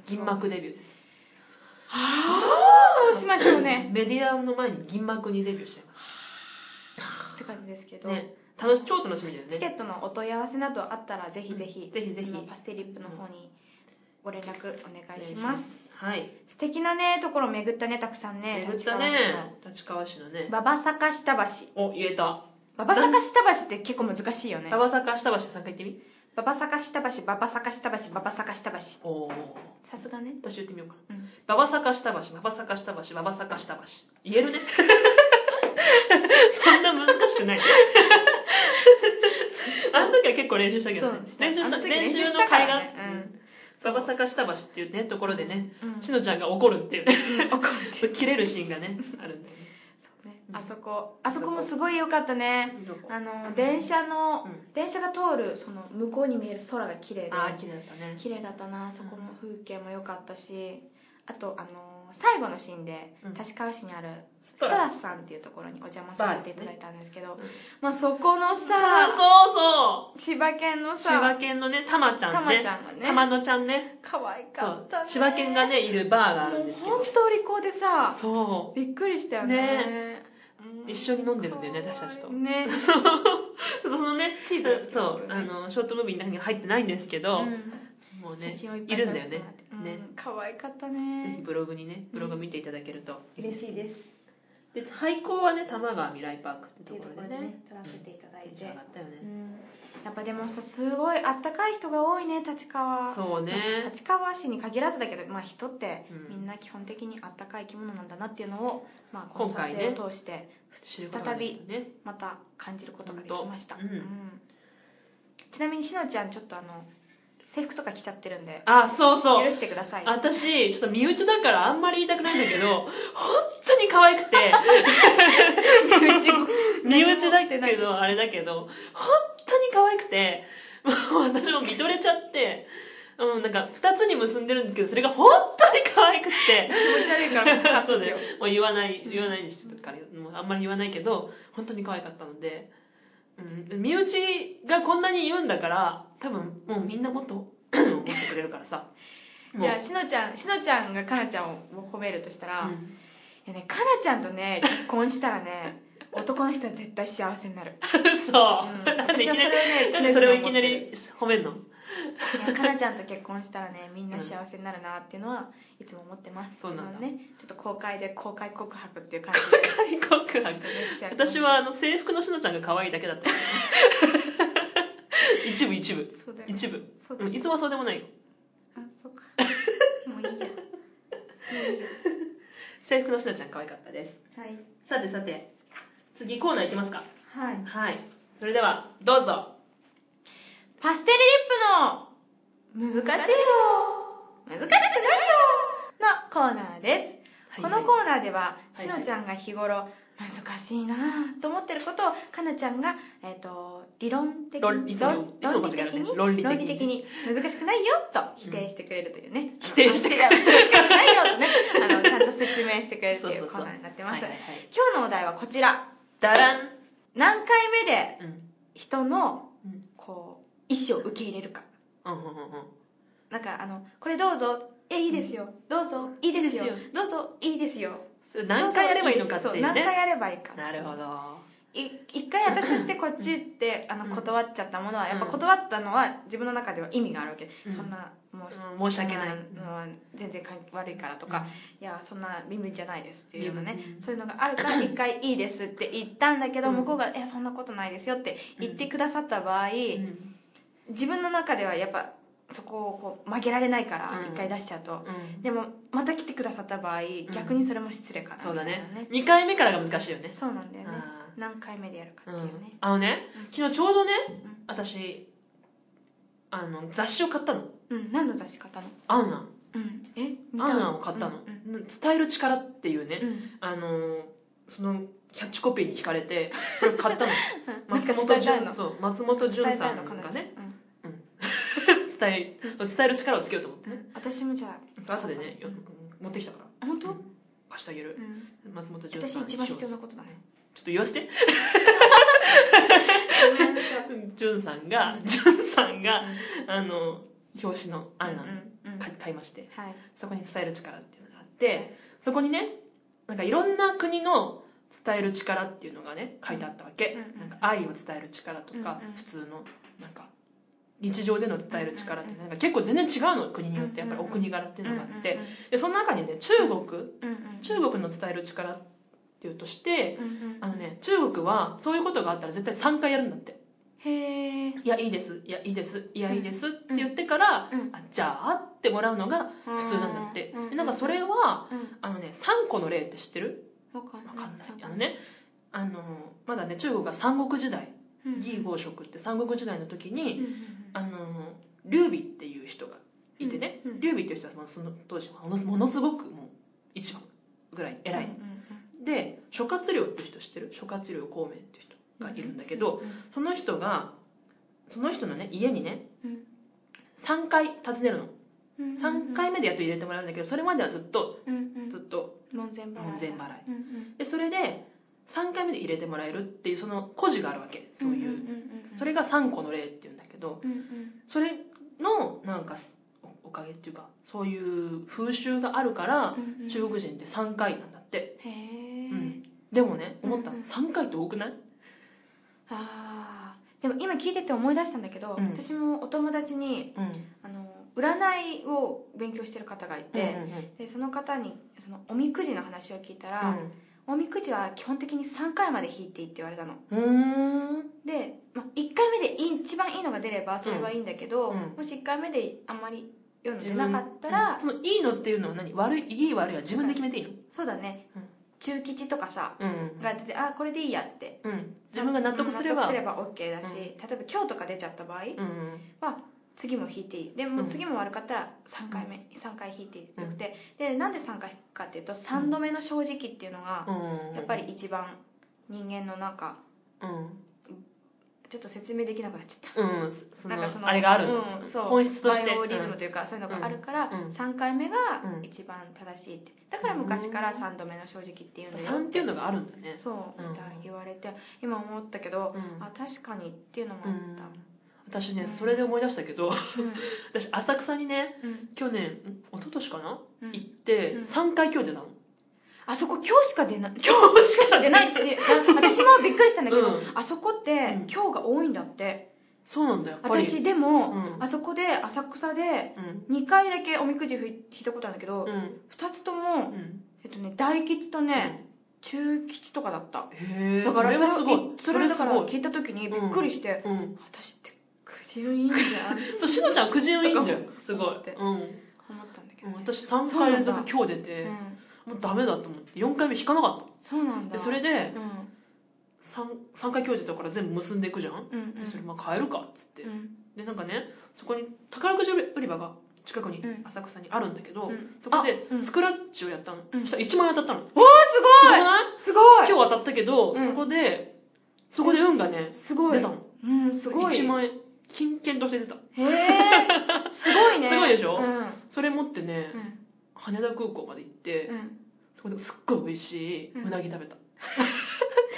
[SPEAKER 2] 銀幕デビューです。
[SPEAKER 1] はあしましょうね
[SPEAKER 2] メディアの前に銀幕にデビューしちゃいま
[SPEAKER 1] って感じですけ
[SPEAKER 2] す。
[SPEAKER 1] ど、
[SPEAKER 2] ね。楽し、超楽しみだよね。
[SPEAKER 1] チケットのお問い合わせなどあったらぜひぜひ、
[SPEAKER 2] ぜひぜ
[SPEAKER 1] あ
[SPEAKER 2] ひ。
[SPEAKER 1] のパステリップの方にご連絡お願いし
[SPEAKER 2] お
[SPEAKER 1] ま
[SPEAKER 2] 願い
[SPEAKER 1] す
[SPEAKER 2] はい。
[SPEAKER 1] 素敵なねところ巡ったねたくさんね
[SPEAKER 2] 巡ったね
[SPEAKER 1] 立川市。
[SPEAKER 2] 立川市のね
[SPEAKER 1] の。馬場坂下橋
[SPEAKER 2] お、言えた。
[SPEAKER 1] 馬場坂下橋って結構難しいよね
[SPEAKER 2] 馬場坂下橋さん回言ってみ。
[SPEAKER 1] 馬場坂下橋馬場坂下橋馬場坂下橋
[SPEAKER 2] おー。
[SPEAKER 1] さすがね
[SPEAKER 2] 私言ってみようかな
[SPEAKER 1] うん。
[SPEAKER 2] 馬場坂下橋、馬場坂下橋、馬場坂下橋。言 えるね。そんな難しくない。 あの時は結構練習したけどね
[SPEAKER 1] そう。
[SPEAKER 2] 練習した、
[SPEAKER 1] あの時
[SPEAKER 2] 練
[SPEAKER 1] 練習
[SPEAKER 2] 習
[SPEAKER 1] し
[SPEAKER 2] の
[SPEAKER 1] たから
[SPEAKER 2] 会が
[SPEAKER 1] ねうん。
[SPEAKER 2] 馬場坂下橋っていうね、ところでね、
[SPEAKER 1] うん
[SPEAKER 2] しのちゃんが怒るっていうね。
[SPEAKER 1] うん怒る
[SPEAKER 2] 切れるシーンが ね、あるんだよね。
[SPEAKER 1] ねあそこあそこもすごい良かったねあの電車の、
[SPEAKER 2] うん
[SPEAKER 1] 電車が通るその向こうに見える空が綺麗で
[SPEAKER 2] ああ、綺麗だったね。
[SPEAKER 1] 綺麗だったなあそこも風景も良かったしあとあの最後のシーンで
[SPEAKER 2] うん
[SPEAKER 1] 立川市にあるス
[SPEAKER 2] ス
[SPEAKER 1] ト
[SPEAKER 2] ト
[SPEAKER 1] ラ
[SPEAKER 2] ラ
[SPEAKER 1] スさんっていうところにお邪魔させていただいたんですけど
[SPEAKER 2] ですね
[SPEAKER 1] まあ、そこの
[SPEAKER 2] さ
[SPEAKER 1] さ
[SPEAKER 2] あ、そうそう。
[SPEAKER 1] 千葉県の
[SPEAKER 2] 千葉
[SPEAKER 1] さ
[SPEAKER 2] 県のね、たまちゃ
[SPEAKER 1] た
[SPEAKER 2] ん
[SPEAKER 1] ま
[SPEAKER 2] ね
[SPEAKER 1] ち。ゃんがね
[SPEAKER 2] たまのちゃんね。
[SPEAKER 1] 可愛
[SPEAKER 2] そ
[SPEAKER 1] か
[SPEAKER 2] う
[SPEAKER 1] ったね。
[SPEAKER 2] 千葉県がね、いるバーがあるんですけ
[SPEAKER 1] もう
[SPEAKER 2] ど
[SPEAKER 1] 本。当お利口でさ
[SPEAKER 2] そ
[SPEAKER 1] びっくりしたよね
[SPEAKER 2] ね
[SPEAKER 1] うん
[SPEAKER 2] 一緒に飲んでるんだよね私たちと
[SPEAKER 1] ね
[SPEAKER 2] う。そう。 そのね、
[SPEAKER 1] チーズが好きな
[SPEAKER 2] そ
[SPEAKER 1] の
[SPEAKER 2] う
[SPEAKER 1] ね、
[SPEAKER 2] あの、ショートムービーの中には入ってないんですけど、もう
[SPEAKER 1] 写
[SPEAKER 2] ね、
[SPEAKER 1] 真をいっぱ
[SPEAKER 2] い
[SPEAKER 1] い
[SPEAKER 2] るんだよね。
[SPEAKER 1] ね
[SPEAKER 2] ね
[SPEAKER 1] 可愛かった
[SPEAKER 2] ぜひ
[SPEAKER 1] ね
[SPEAKER 2] ブログにね、ブログ見ていただけると。
[SPEAKER 1] 嬉しいです
[SPEAKER 2] で、廃校はね、多摩川未来パークって
[SPEAKER 1] って
[SPEAKER 2] と
[SPEAKER 1] いう
[SPEAKER 2] こと
[SPEAKER 1] こ
[SPEAKER 2] ろ
[SPEAKER 1] ろ
[SPEAKER 2] で
[SPEAKER 1] で
[SPEAKER 2] ね
[SPEAKER 1] ね、撮らせていただい
[SPEAKER 2] テンシ
[SPEAKER 1] て
[SPEAKER 2] ョン上がったよ
[SPEAKER 1] う
[SPEAKER 2] ね。
[SPEAKER 1] んやっぱでもさすごいあったかい人が多いね立川
[SPEAKER 2] そうね。
[SPEAKER 1] 立川市に限らずだけど、まあ、人って
[SPEAKER 2] うん
[SPEAKER 1] みんな基本的にあったかい生き物なんだなっていうのを、まあ、この
[SPEAKER 2] 今
[SPEAKER 1] 撮
[SPEAKER 2] 回ね
[SPEAKER 1] 影を通して
[SPEAKER 2] 知ることができたね。
[SPEAKER 1] また感じることができました、
[SPEAKER 2] ほんとうん
[SPEAKER 1] ちなみにしのちゃんちょっとあの制服とか着ちゃってるんで
[SPEAKER 2] あ、そうそう
[SPEAKER 1] 許。してください
[SPEAKER 2] 私、ちょっと身内だからあんまり言いたくないんだけど、本当に可愛くて、身内だけど、あれだけど、本当に可愛くて、もう私も見とれちゃって、うん、なんか、二つに結んでるんですけど、それが本当に可愛くて、
[SPEAKER 1] 気持ち悪いからもうカッ
[SPEAKER 2] そ
[SPEAKER 1] ト
[SPEAKER 2] う
[SPEAKER 1] し
[SPEAKER 2] だ
[SPEAKER 1] よ
[SPEAKER 2] よ
[SPEAKER 1] う。
[SPEAKER 2] もう言わない、言わないにしてたから、もうあんまり言わないけど、本当に可愛かったので、うん、身内がこんなに言うんだから、多分、もうみんなもっと、思ってくれるからさ。
[SPEAKER 1] じゃ
[SPEAKER 2] も
[SPEAKER 1] あしのちゃんしのちゃんがかなちゃんを褒めるとしたら、
[SPEAKER 2] うう
[SPEAKER 1] い
[SPEAKER 2] ん
[SPEAKER 1] やねかなちゃんとね結婚したら ね男の人は絶対幸せになる、
[SPEAKER 2] そうう。
[SPEAKER 1] ん、私はそれをね
[SPEAKER 2] なんでそれをい
[SPEAKER 1] 常々思
[SPEAKER 2] き
[SPEAKER 1] っ
[SPEAKER 2] な
[SPEAKER 1] てる
[SPEAKER 2] り褒めんの
[SPEAKER 1] いやかなちゃんと結婚したらねみんな幸せになるなっていうのはいつも思ってます
[SPEAKER 2] そうなんだ
[SPEAKER 1] あのねちょっと公開で公開告白っていう感じ
[SPEAKER 2] 大告白
[SPEAKER 1] でしちゃいます
[SPEAKER 2] 私はあの制服のしのちゃんが可愛いだけだ った一部一部
[SPEAKER 1] そうだよね
[SPEAKER 2] 一部
[SPEAKER 1] そうだ
[SPEAKER 2] う
[SPEAKER 1] よ
[SPEAKER 2] ん
[SPEAKER 1] ね
[SPEAKER 2] いつもはそうでもないよ
[SPEAKER 1] あそうかもういいやもういいや
[SPEAKER 2] 制服のしのちゃん可愛かったです
[SPEAKER 1] はい
[SPEAKER 2] さてさて次コーナーいきますか
[SPEAKER 1] はい
[SPEAKER 2] はいそれではどうぞ
[SPEAKER 1] パステルリップの難しいよ難しくないよのコーナーです、このコーナーでは、
[SPEAKER 2] はい
[SPEAKER 1] しのちゃんが日頃難しいなぁと思ってることをかなちゃんが、えっと理論的に
[SPEAKER 2] 論いつも
[SPEAKER 1] 論
[SPEAKER 2] いつも
[SPEAKER 1] 論
[SPEAKER 2] 間
[SPEAKER 1] 理
[SPEAKER 2] 違
[SPEAKER 1] 的
[SPEAKER 2] えるね
[SPEAKER 1] に
[SPEAKER 2] 論理的に
[SPEAKER 1] に難しくないよと否定してくれるというね、
[SPEAKER 2] 否定して
[SPEAKER 1] くれる難しくないよとねあのちゃんと説明してくれるとい
[SPEAKER 2] そう
[SPEAKER 1] う
[SPEAKER 2] そう
[SPEAKER 1] コ
[SPEAKER 2] そう
[SPEAKER 1] ーナーになってます
[SPEAKER 2] はいはいはい
[SPEAKER 1] 今日のお題はこちら
[SPEAKER 2] だらん、
[SPEAKER 1] 何回目で
[SPEAKER 2] うん
[SPEAKER 1] 人の
[SPEAKER 2] うん
[SPEAKER 1] こう意思を受け入れるか
[SPEAKER 2] うんうんうんうん
[SPEAKER 1] なんかあのこれどうぞえいいですよ、どうぞいいですよ
[SPEAKER 2] いいです
[SPEAKER 1] どうぞいいですよ
[SPEAKER 2] それ何回やればいいのかって
[SPEAKER 1] どぞ
[SPEAKER 2] い
[SPEAKER 1] ですよ
[SPEAKER 2] う
[SPEAKER 1] そ何回
[SPEAKER 2] ね
[SPEAKER 1] やればいいか
[SPEAKER 2] なるほど
[SPEAKER 1] い一回私としてこっちってあの
[SPEAKER 2] うん
[SPEAKER 1] 断っちゃったものはやっぱ
[SPEAKER 2] うん
[SPEAKER 1] 断ったのは自分の中では意味があるわけ、
[SPEAKER 2] うん
[SPEAKER 1] そんなも
[SPEAKER 2] うん申し訳ない
[SPEAKER 1] そんのは全然かん悪いからとか、いやそんな身分じゃないですっていうようなね、
[SPEAKER 2] うん
[SPEAKER 1] そういうのがあるから一回いいですって言ったんだけど、
[SPEAKER 2] うん
[SPEAKER 1] 向こうが「いやそんなことないですよ」って言ってくださった場合、
[SPEAKER 2] うんうん
[SPEAKER 1] 自分の中ではやっぱそこをこう曲げられないから
[SPEAKER 2] うん
[SPEAKER 1] 一回出しちゃうと、
[SPEAKER 2] うん
[SPEAKER 1] でもまた来てくださった場合逆にそれも失礼かなみた
[SPEAKER 2] そ
[SPEAKER 1] いうな
[SPEAKER 2] だね2回目からが難しいよね
[SPEAKER 1] そうなんだよね
[SPEAKER 2] あー
[SPEAKER 1] 何回目でやるかっていうね、
[SPEAKER 2] あのね昨日ちょうどね、
[SPEAKER 1] うん
[SPEAKER 2] 私あの雑誌を買ったの
[SPEAKER 1] うん何の出し方の
[SPEAKER 2] 「アンアン
[SPEAKER 1] うんえ」
[SPEAKER 2] 「
[SPEAKER 1] 見
[SPEAKER 2] ア
[SPEAKER 1] た
[SPEAKER 2] ンアン」を買ったの、
[SPEAKER 1] うん
[SPEAKER 2] 伝える力っていうね、
[SPEAKER 1] うん
[SPEAKER 2] あのーそのキャッチコピーに惹かれてそれを買った の
[SPEAKER 1] なん
[SPEAKER 2] 松
[SPEAKER 1] か
[SPEAKER 2] 本
[SPEAKER 1] 伝えたい
[SPEAKER 2] 潤
[SPEAKER 1] の
[SPEAKER 2] そう松本
[SPEAKER 1] 伝え
[SPEAKER 2] 潤
[SPEAKER 1] た
[SPEAKER 2] さ
[SPEAKER 1] いの
[SPEAKER 2] ん
[SPEAKER 1] かな
[SPEAKER 2] がね
[SPEAKER 1] うん
[SPEAKER 2] うん伝え、伝える力をつけようと思ってね。
[SPEAKER 1] 私もじゃあ
[SPEAKER 2] そう後でね、よ持ってきたから。
[SPEAKER 1] 本当、
[SPEAKER 2] うん貸してあげる。
[SPEAKER 1] うん
[SPEAKER 2] 松本潤
[SPEAKER 1] 私
[SPEAKER 2] さん。
[SPEAKER 1] 一番必要なことだね
[SPEAKER 2] ちょっと言わして。
[SPEAKER 1] ごめんなさい
[SPEAKER 2] 潤さんが、潤さんが、
[SPEAKER 1] う
[SPEAKER 2] あの、表紙のア
[SPEAKER 1] ん
[SPEAKER 2] ンアン
[SPEAKER 1] うんうん
[SPEAKER 2] 買買いまして、
[SPEAKER 1] はい
[SPEAKER 2] そこに伝える力っていうのがあって、そこにね、なんかいろんな国の伝える力っていうのがね、書いてあったわけ。
[SPEAKER 1] うん
[SPEAKER 2] なんか愛を伝える力とか
[SPEAKER 1] うんうん、
[SPEAKER 2] 普通の、なんか、日常での伝える力ってなんか結構全然違うの国によってやっぱりお国柄っていうのがあってでその中にね中国
[SPEAKER 1] うんうんうん
[SPEAKER 2] 中国の伝える力っていうとして
[SPEAKER 1] うんうん
[SPEAKER 2] あのね中国はそういうことがあったら絶対3回やるんだって
[SPEAKER 1] へえ
[SPEAKER 2] 「いやいいですいやいいですいやいいです」って言ってから「
[SPEAKER 1] うん
[SPEAKER 2] あじゃあ」ってもらうのが普通なんだってでなんかそれは
[SPEAKER 1] うん
[SPEAKER 2] あのね3個の例って知ってる
[SPEAKER 1] わかんな
[SPEAKER 2] わ
[SPEAKER 1] い
[SPEAKER 2] かんないあのねあのまだね中国が三国時代義
[SPEAKER 1] 語
[SPEAKER 2] 合色って三国時代の時にあ
[SPEAKER 1] っ
[SPEAKER 2] の劉備っていう人がいてね
[SPEAKER 1] うんうん
[SPEAKER 2] 劉備っていう人はその当時はものものすごくもう一番ぐらい偉いで諸葛亮っていう人知ってる諸葛亮孔明っていう人がいるんだけど、その人がその人のね家にね、
[SPEAKER 1] うん
[SPEAKER 2] 3回訪ねるの3回目でやっと入れてもらうんだけどそれまではずっとずっと
[SPEAKER 1] 門前払い
[SPEAKER 2] 門前払い
[SPEAKER 1] うんうん
[SPEAKER 2] でそれで3回目で入れてもらえるっていうその故事があるわけそういう、
[SPEAKER 1] んんんうん
[SPEAKER 2] それが3個の例っていうんだけど
[SPEAKER 1] うんうん
[SPEAKER 2] それのなんかおおかげっていうかそういう風習があるから
[SPEAKER 1] うんうん
[SPEAKER 2] 中国人って3回なんだって、
[SPEAKER 1] へ
[SPEAKER 2] う
[SPEAKER 1] え
[SPEAKER 2] んでもね思った
[SPEAKER 1] うんう
[SPEAKER 2] の
[SPEAKER 1] ん
[SPEAKER 2] 3回って多くない
[SPEAKER 1] あーでも今聞いてて思い出したんだけど
[SPEAKER 2] うん
[SPEAKER 1] 私もお友達に
[SPEAKER 2] うん
[SPEAKER 1] あの占いを勉強してる方がい
[SPEAKER 2] で、
[SPEAKER 1] てでその方にそのおみくじの話を聞いた
[SPEAKER 2] う
[SPEAKER 1] ら
[SPEAKER 2] ん
[SPEAKER 1] おみくじは基本的に3回まで引いていいって言われたの
[SPEAKER 2] うーん
[SPEAKER 1] で、まあ、1回目でいい一番いいのが出ればそれはいいんだけど、
[SPEAKER 2] うんうん
[SPEAKER 1] もし1回目であんまり読んでなかったら、
[SPEAKER 2] そのいいのっていうのは何悪いいい悪いは自分で決めていいの
[SPEAKER 1] そうだね、
[SPEAKER 2] うん
[SPEAKER 1] 中吉とかさ
[SPEAKER 2] うん
[SPEAKER 1] が出てあこれでいいやって
[SPEAKER 2] うん自分が納得す
[SPEAKER 1] うん
[SPEAKER 2] れば
[SPEAKER 1] 納得すれば OK だし、例えば今日とか出ちゃった場合
[SPEAKER 2] うん
[SPEAKER 1] は次も引いていいでも
[SPEAKER 2] うん
[SPEAKER 1] 次も悪かったら3回目、三3回引いてよくて、でなんで3回引くかっていうと3度目の正直っていうのが
[SPEAKER 2] うん
[SPEAKER 1] やっぱり一番人間のなんか
[SPEAKER 2] うん
[SPEAKER 1] ちょっと説明できなくなっちゃった
[SPEAKER 2] うんそそのあれがあるの
[SPEAKER 1] うん、そう
[SPEAKER 2] 本質として
[SPEAKER 1] バイオリズムというか、そういうのがあるから、
[SPEAKER 2] うんうん
[SPEAKER 1] 3回目が
[SPEAKER 2] うん
[SPEAKER 1] 一番正しいってだから昔から3度目の正直っていうの
[SPEAKER 2] 3っていうのがあるんだね
[SPEAKER 1] そう
[SPEAKER 2] うん
[SPEAKER 1] みたいに言われて今思ったけど、
[SPEAKER 2] うん
[SPEAKER 1] あ確かにっていうのもあ
[SPEAKER 2] う
[SPEAKER 1] っ
[SPEAKER 2] ん
[SPEAKER 1] た、
[SPEAKER 2] 私ねそれで思い出したけど
[SPEAKER 1] う
[SPEAKER 2] 私浅草にね
[SPEAKER 1] んうん
[SPEAKER 2] 去年ん一昨年かな
[SPEAKER 1] うん
[SPEAKER 2] 行って
[SPEAKER 1] うん
[SPEAKER 2] 3回今日出 たの
[SPEAKER 1] あそこ今日しか出ない今
[SPEAKER 2] 今日しか
[SPEAKER 1] 日出ないって私もびっくりしたんだけど、
[SPEAKER 2] うん
[SPEAKER 1] あそこって
[SPEAKER 2] うん
[SPEAKER 1] 今日が多いんだって
[SPEAKER 2] そうなんだやっぱり
[SPEAKER 1] 私でも、
[SPEAKER 2] うん
[SPEAKER 1] あそこで浅草で
[SPEAKER 2] うん
[SPEAKER 1] 2回だけおみくじ引いたことあるんだけど、
[SPEAKER 2] うん
[SPEAKER 1] 二2つとも、
[SPEAKER 2] うん
[SPEAKER 1] えっとね、大吉とね、中吉とかだった
[SPEAKER 2] へえ
[SPEAKER 1] だから
[SPEAKER 2] そ
[SPEAKER 1] そ
[SPEAKER 2] れ
[SPEAKER 1] れ
[SPEAKER 2] すごい
[SPEAKER 1] それだから
[SPEAKER 2] すごい
[SPEAKER 1] 聞いた時にびっくりして、
[SPEAKER 2] うん
[SPEAKER 1] 私ってくじ運いいんだ
[SPEAKER 2] そうしのちゃんくじ運いいんだよ
[SPEAKER 1] とか
[SPEAKER 2] すごい
[SPEAKER 1] 思って
[SPEAKER 2] うん
[SPEAKER 1] 思ったんだけど、
[SPEAKER 2] う ん
[SPEAKER 1] ね、
[SPEAKER 2] 私3回連続今日出
[SPEAKER 1] う
[SPEAKER 2] て、
[SPEAKER 1] ん、
[SPEAKER 2] もうダメだと思って4回目引かなかった
[SPEAKER 1] そうなんだ
[SPEAKER 2] でそれ
[SPEAKER 1] で
[SPEAKER 2] で
[SPEAKER 1] うん
[SPEAKER 2] 3, 三回今日出たから全部結んでいくじゃん
[SPEAKER 1] うんうん
[SPEAKER 2] でそれまあ変えるかっつって、
[SPEAKER 1] うん
[SPEAKER 2] でなんかねそこに宝くじ売り場が近くに
[SPEAKER 1] うん
[SPEAKER 2] 浅草にあるんだけど、
[SPEAKER 1] うん
[SPEAKER 2] そこで
[SPEAKER 1] あうん
[SPEAKER 2] スクラッチをやったの、
[SPEAKER 1] うん
[SPEAKER 2] そしたら1万円当たったの、す
[SPEAKER 1] おおす
[SPEAKER 2] ご
[SPEAKER 1] ご
[SPEAKER 2] く
[SPEAKER 1] い
[SPEAKER 2] ない
[SPEAKER 1] すごい
[SPEAKER 2] 今日当たったけど、
[SPEAKER 1] うん
[SPEAKER 2] そこでそこで運がね
[SPEAKER 1] すごい
[SPEAKER 2] 出たの
[SPEAKER 1] うんすごい
[SPEAKER 2] 1万円金券として出た
[SPEAKER 1] へえすごいね
[SPEAKER 2] すごいでしょ
[SPEAKER 1] うんうん
[SPEAKER 2] それ持ってね、羽田空港まで行って、
[SPEAKER 1] うん
[SPEAKER 2] そこですっごい美味しい
[SPEAKER 1] うん
[SPEAKER 2] うなぎ食 べた、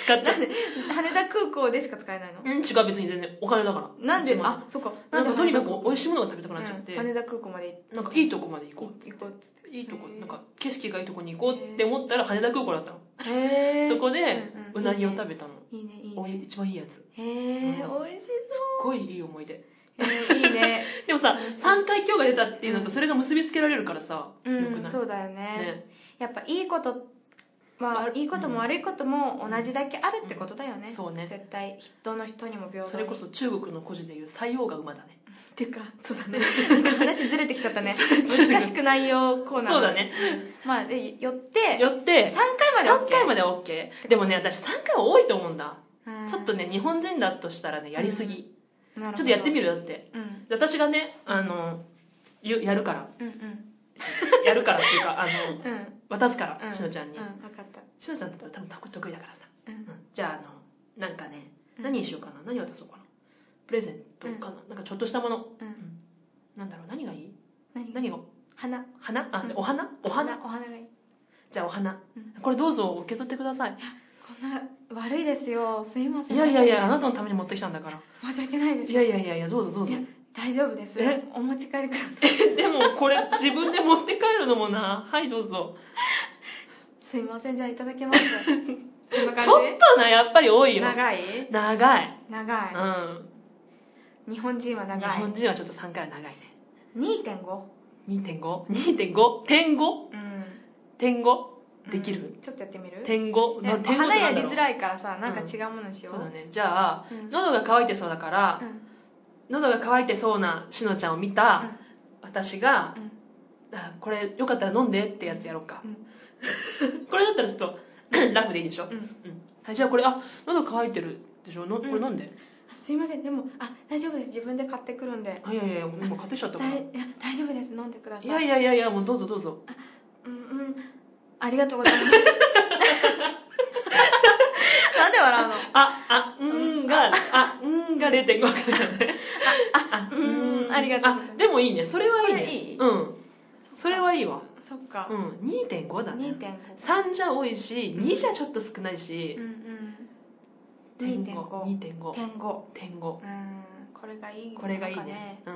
[SPEAKER 2] 使っちゃ
[SPEAKER 1] な
[SPEAKER 2] っ
[SPEAKER 1] んで羽田空港でしか使えないの
[SPEAKER 2] たうん違う別に全然お金だから
[SPEAKER 1] なんで
[SPEAKER 2] 一万
[SPEAKER 1] あそっか
[SPEAKER 2] な
[SPEAKER 1] なん
[SPEAKER 2] ん
[SPEAKER 1] で
[SPEAKER 2] かとにかく
[SPEAKER 1] 羽
[SPEAKER 2] 美味しいものが食べたく
[SPEAKER 1] 田
[SPEAKER 2] なっちゃ
[SPEAKER 1] 空
[SPEAKER 2] っ
[SPEAKER 1] 港
[SPEAKER 2] て、
[SPEAKER 1] うん羽田空港まで
[SPEAKER 2] なんかいいとこまで行こうっつ
[SPEAKER 1] 行
[SPEAKER 2] っ
[SPEAKER 1] こうっつって
[SPEAKER 2] いいとこ
[SPEAKER 1] へー
[SPEAKER 2] なんか景色がいいとこに行こうって思ったら羽田空港だったの、
[SPEAKER 1] てへえ
[SPEAKER 2] そこでうなぎを食
[SPEAKER 1] べ
[SPEAKER 2] べたの、
[SPEAKER 1] いいねいい
[SPEAKER 2] おい
[SPEAKER 1] ね
[SPEAKER 2] 一番いいやつすっ
[SPEAKER 1] へえ
[SPEAKER 2] う
[SPEAKER 1] おいしそ
[SPEAKER 2] ごいいい思い出
[SPEAKER 1] うへーいい ね
[SPEAKER 2] でもさ
[SPEAKER 1] 美味しい
[SPEAKER 2] 3回今日が出たっていうの
[SPEAKER 1] う
[SPEAKER 2] と
[SPEAKER 1] ん
[SPEAKER 2] それが結びつけられるからさ、
[SPEAKER 1] う
[SPEAKER 2] よく
[SPEAKER 1] ん
[SPEAKER 2] ない
[SPEAKER 1] そうだよね
[SPEAKER 2] ね
[SPEAKER 1] やっぱいいことまあ
[SPEAKER 2] 悪い
[SPEAKER 1] いいことも悪いことも同じだけあるってことだよね、
[SPEAKER 2] そうね
[SPEAKER 1] 絶対人の人にも平等に
[SPEAKER 2] それこそ中国の孤児でいう採用が馬だね
[SPEAKER 1] っていうかそう だねなんか話ずれてきちゃったね
[SPEAKER 2] 中国
[SPEAKER 1] 難しくないよコーナー
[SPEAKER 2] そうだね
[SPEAKER 1] まあでよって
[SPEAKER 2] よって
[SPEAKER 1] 3回まで OK
[SPEAKER 2] 3回まで OK でもね私3回は多いと思うんだ、
[SPEAKER 1] うん
[SPEAKER 2] ちょっとね日本人だとしたらねやりすぎ、
[SPEAKER 1] なるほど
[SPEAKER 2] ちょっとやってみるだって
[SPEAKER 1] うん
[SPEAKER 2] 私がねあのゆやる から
[SPEAKER 1] うんうん
[SPEAKER 2] やるからっていうかあの
[SPEAKER 1] うん
[SPEAKER 2] 渡すから、
[SPEAKER 1] うん
[SPEAKER 2] しのちゃんに、
[SPEAKER 1] うん分かった
[SPEAKER 2] しのちゃんだったら多分得得意だからさ、
[SPEAKER 1] うん
[SPEAKER 2] うんじゃああのなんかね何にしようかな何渡そうかなプレゼントかな、なんかちょっとしたもの
[SPEAKER 1] うん
[SPEAKER 2] なんだろう何がいい
[SPEAKER 1] 何
[SPEAKER 2] 何が
[SPEAKER 1] 花
[SPEAKER 2] 花あ、
[SPEAKER 1] うん
[SPEAKER 2] お花お花
[SPEAKER 1] お花がいい
[SPEAKER 2] じゃあお花、
[SPEAKER 1] うん
[SPEAKER 2] これどうぞ受け取ってください
[SPEAKER 1] こんな悪いですよすいません
[SPEAKER 2] いやいやいやあ
[SPEAKER 1] 大
[SPEAKER 2] な
[SPEAKER 1] 丈
[SPEAKER 2] たのために持ってきたんだから
[SPEAKER 1] 夫です申し訳ないです
[SPEAKER 2] いやいやいやいやどうぞどうぞ
[SPEAKER 1] いや大丈夫です
[SPEAKER 2] え
[SPEAKER 1] お持ち帰りください
[SPEAKER 2] でもこれ自分で持って帰るのもなはいどうぞ
[SPEAKER 1] すいませんじゃあいただ きますこんな感
[SPEAKER 2] ちょっとなやっぱり多い
[SPEAKER 1] じ
[SPEAKER 2] よ
[SPEAKER 1] 長い
[SPEAKER 2] 長い、
[SPEAKER 1] 長い、
[SPEAKER 2] う
[SPEAKER 1] 日本人は
[SPEAKER 2] ん、日
[SPEAKER 1] 長い
[SPEAKER 2] 本人はちょっと3回は長いね
[SPEAKER 1] 2.5
[SPEAKER 2] 2.5?2.5? 点 5?
[SPEAKER 1] う
[SPEAKER 2] 点 5?
[SPEAKER 1] ん
[SPEAKER 2] できる
[SPEAKER 1] ちょっとやってみる
[SPEAKER 2] 点 5?
[SPEAKER 1] いや
[SPEAKER 2] 点
[SPEAKER 1] 花やりづ
[SPEAKER 2] い
[SPEAKER 1] らいからさなんか違うものにしよ、
[SPEAKER 2] そううだねじゃあ
[SPEAKER 1] うん
[SPEAKER 2] 喉が渇いてそうだから
[SPEAKER 1] うん
[SPEAKER 2] 喉が渇いてそうなしのちゃんを見た私が
[SPEAKER 1] うん
[SPEAKER 2] あこれよかったら飲んでってやつやろうか
[SPEAKER 1] う
[SPEAKER 2] これだったらちょっと ラフでいいでしょ、
[SPEAKER 1] うん
[SPEAKER 2] はい、じゃあこれあ喉乾いてるでしょのこれ飲んで、
[SPEAKER 1] あすいませんでもあ大丈夫です自分で買ってくるんで
[SPEAKER 2] あいやいやいや今買ってきちゃったか
[SPEAKER 1] だ
[SPEAKER 2] ら
[SPEAKER 1] い
[SPEAKER 2] い
[SPEAKER 1] いや大丈夫です飲んでください
[SPEAKER 2] やいやいやいやもうどうぞどうぞ
[SPEAKER 1] うんうんありがとうござ いますなんで笑うの
[SPEAKER 2] ああうーんがあうーんが0.5からねあ
[SPEAKER 1] うーんありがとうございます
[SPEAKER 2] あでもいいねそれは
[SPEAKER 1] こ
[SPEAKER 2] いい
[SPEAKER 1] れ
[SPEAKER 2] ね
[SPEAKER 1] いい
[SPEAKER 2] うんそれはいいわ
[SPEAKER 1] そっか
[SPEAKER 2] うん2.5だね
[SPEAKER 1] 2.5
[SPEAKER 2] 3じゃ多いし2じゃちょっと少ないし
[SPEAKER 1] うんうん
[SPEAKER 2] 点
[SPEAKER 1] 2.5
[SPEAKER 2] 5
[SPEAKER 1] 点五
[SPEAKER 2] 点5
[SPEAKER 1] うんこれがいいのか
[SPEAKER 2] これがいいねう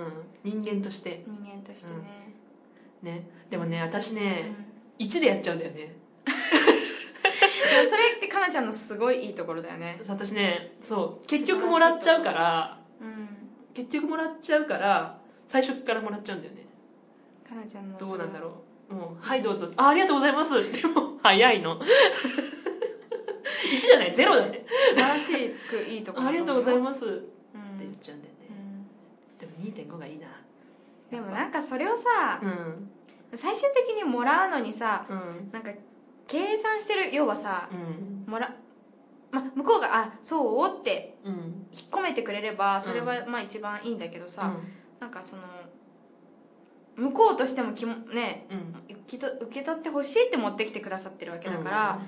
[SPEAKER 2] ん人間として
[SPEAKER 1] 人間としてね
[SPEAKER 2] ねでもね私
[SPEAKER 1] うん
[SPEAKER 2] ね1でやっちゃうんだよね
[SPEAKER 1] でもそれってかなちゃんのすごいいいところだよね
[SPEAKER 2] 私ねそう結局もらっちゃうから
[SPEAKER 1] うん
[SPEAKER 2] 結局もらっちゃうから最初からもらっちゃうんだよね
[SPEAKER 1] かなちゃんの
[SPEAKER 2] どうなんだ
[SPEAKER 1] う
[SPEAKER 2] ろうもう「はいどうぞ」あ「ありがとうございます」でも早いの1じゃないゼロだね
[SPEAKER 1] 素晴らしくいいところ
[SPEAKER 2] ありがとうござい
[SPEAKER 1] す
[SPEAKER 2] ますって
[SPEAKER 1] う
[SPEAKER 2] 言っ
[SPEAKER 1] ん
[SPEAKER 2] ちゃうんだよね
[SPEAKER 1] う、ん
[SPEAKER 2] でも2.5がいいな
[SPEAKER 1] でもなんかそれをさ
[SPEAKER 2] うん
[SPEAKER 1] 最終的にもらうのにさ
[SPEAKER 2] うん
[SPEAKER 1] なんか計算してる要はさ
[SPEAKER 2] うん
[SPEAKER 1] もら、ま、向こうが「あそう?」って
[SPEAKER 2] うん
[SPEAKER 1] 引っ込めてくれればそれはまあ一番いいんだけどさ、
[SPEAKER 2] うん
[SPEAKER 1] なんかその向こうとしてもきもね
[SPEAKER 2] うん
[SPEAKER 1] 受けと受け取ってほしいって持ってきてくださってるわけだから、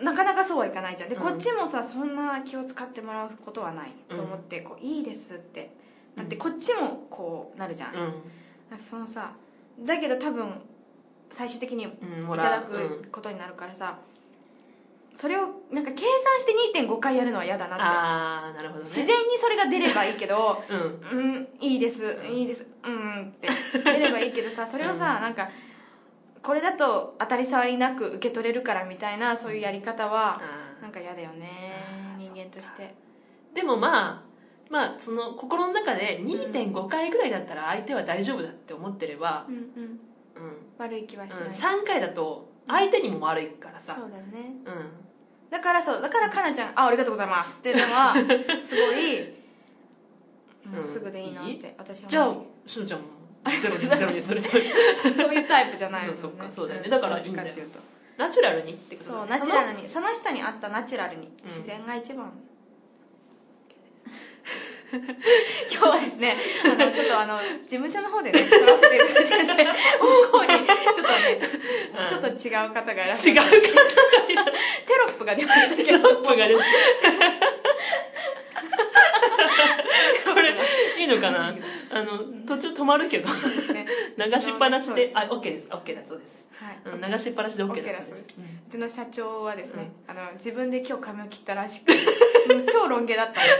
[SPEAKER 1] なかなかそうはいかないじゃんで、
[SPEAKER 2] うん
[SPEAKER 1] こっちもさそんな気を使ってもらうことはないと思って「こういいです」ってなって、
[SPEAKER 2] うん
[SPEAKER 1] こっちもこうなるじゃん、
[SPEAKER 2] うん
[SPEAKER 1] そのさだけど多分最終的に
[SPEAKER 2] うん
[SPEAKER 1] い
[SPEAKER 2] も
[SPEAKER 1] た
[SPEAKER 2] ら
[SPEAKER 1] だ
[SPEAKER 2] う
[SPEAKER 1] くことになるからさ、それをなんか計算して2.5回やるのは嫌だ
[SPEAKER 2] うん
[SPEAKER 1] なって
[SPEAKER 2] ああなるほど
[SPEAKER 1] 自然
[SPEAKER 2] ね
[SPEAKER 1] にそれが出ればいいけど
[SPEAKER 2] うん
[SPEAKER 1] うんいいですいいですうんって出ればいいけどさそれをさ、
[SPEAKER 2] うん
[SPEAKER 1] なんかこれだと当たり障りなく受け取れるからみたいなそういうやり方は
[SPEAKER 2] あ
[SPEAKER 1] なんか嫌だよね
[SPEAKER 2] あー
[SPEAKER 1] 人間として
[SPEAKER 2] ーでもまあまあその心の中で2.5回ぐらいだったら相手は大丈夫だって思ってれば
[SPEAKER 1] うんうん
[SPEAKER 2] うん
[SPEAKER 1] 悪い気はしない、
[SPEAKER 2] うん、3回だと相手にも悪いからさ、
[SPEAKER 1] そうだよね
[SPEAKER 2] うん
[SPEAKER 1] だからそうだからかなちゃん「あありがとうございます」っていうのはすご い、もうすぐでいいなって、
[SPEAKER 2] いい
[SPEAKER 1] 私は
[SPEAKER 2] じゃあしのちゃんもゼロにゼロにする
[SPEAKER 1] そういうタイプじゃないもん、ね、
[SPEAKER 2] そうそっかそうだよねだからいいんだよ
[SPEAKER 1] どっちかっていうと
[SPEAKER 2] ナチュラルにってことだ
[SPEAKER 1] そう
[SPEAKER 2] ね
[SPEAKER 1] ナチュラルにその人に合ったナチュラルに
[SPEAKER 2] ん
[SPEAKER 1] 自然が一番、 今日はですねあのちょっとあの事務所の方でね撮らせていただいてるので向こうにちょっと
[SPEAKER 2] うん
[SPEAKER 1] ねちょっと違う方がいらっしゃ
[SPEAKER 2] 違
[SPEAKER 1] る
[SPEAKER 2] うか
[SPEAKER 1] テロップが出ましたけど
[SPEAKER 2] らロッパが出てこれいいのかなあの途中止まるけど
[SPEAKER 1] ね
[SPEAKER 2] 流しっぱなし
[SPEAKER 1] そう
[SPEAKER 2] で
[SPEAKER 1] です
[SPEAKER 2] あオッケーですオッケーだそうです、
[SPEAKER 1] はい、
[SPEAKER 2] うん、流しっぱなしでオッケーだ
[SPEAKER 1] OK だ
[SPEAKER 2] そ
[SPEAKER 1] そうう
[SPEAKER 2] で
[SPEAKER 1] ですす、うちの社長はですね、あの自分で今日髪を切ったらしくもう超ロン毛だったんです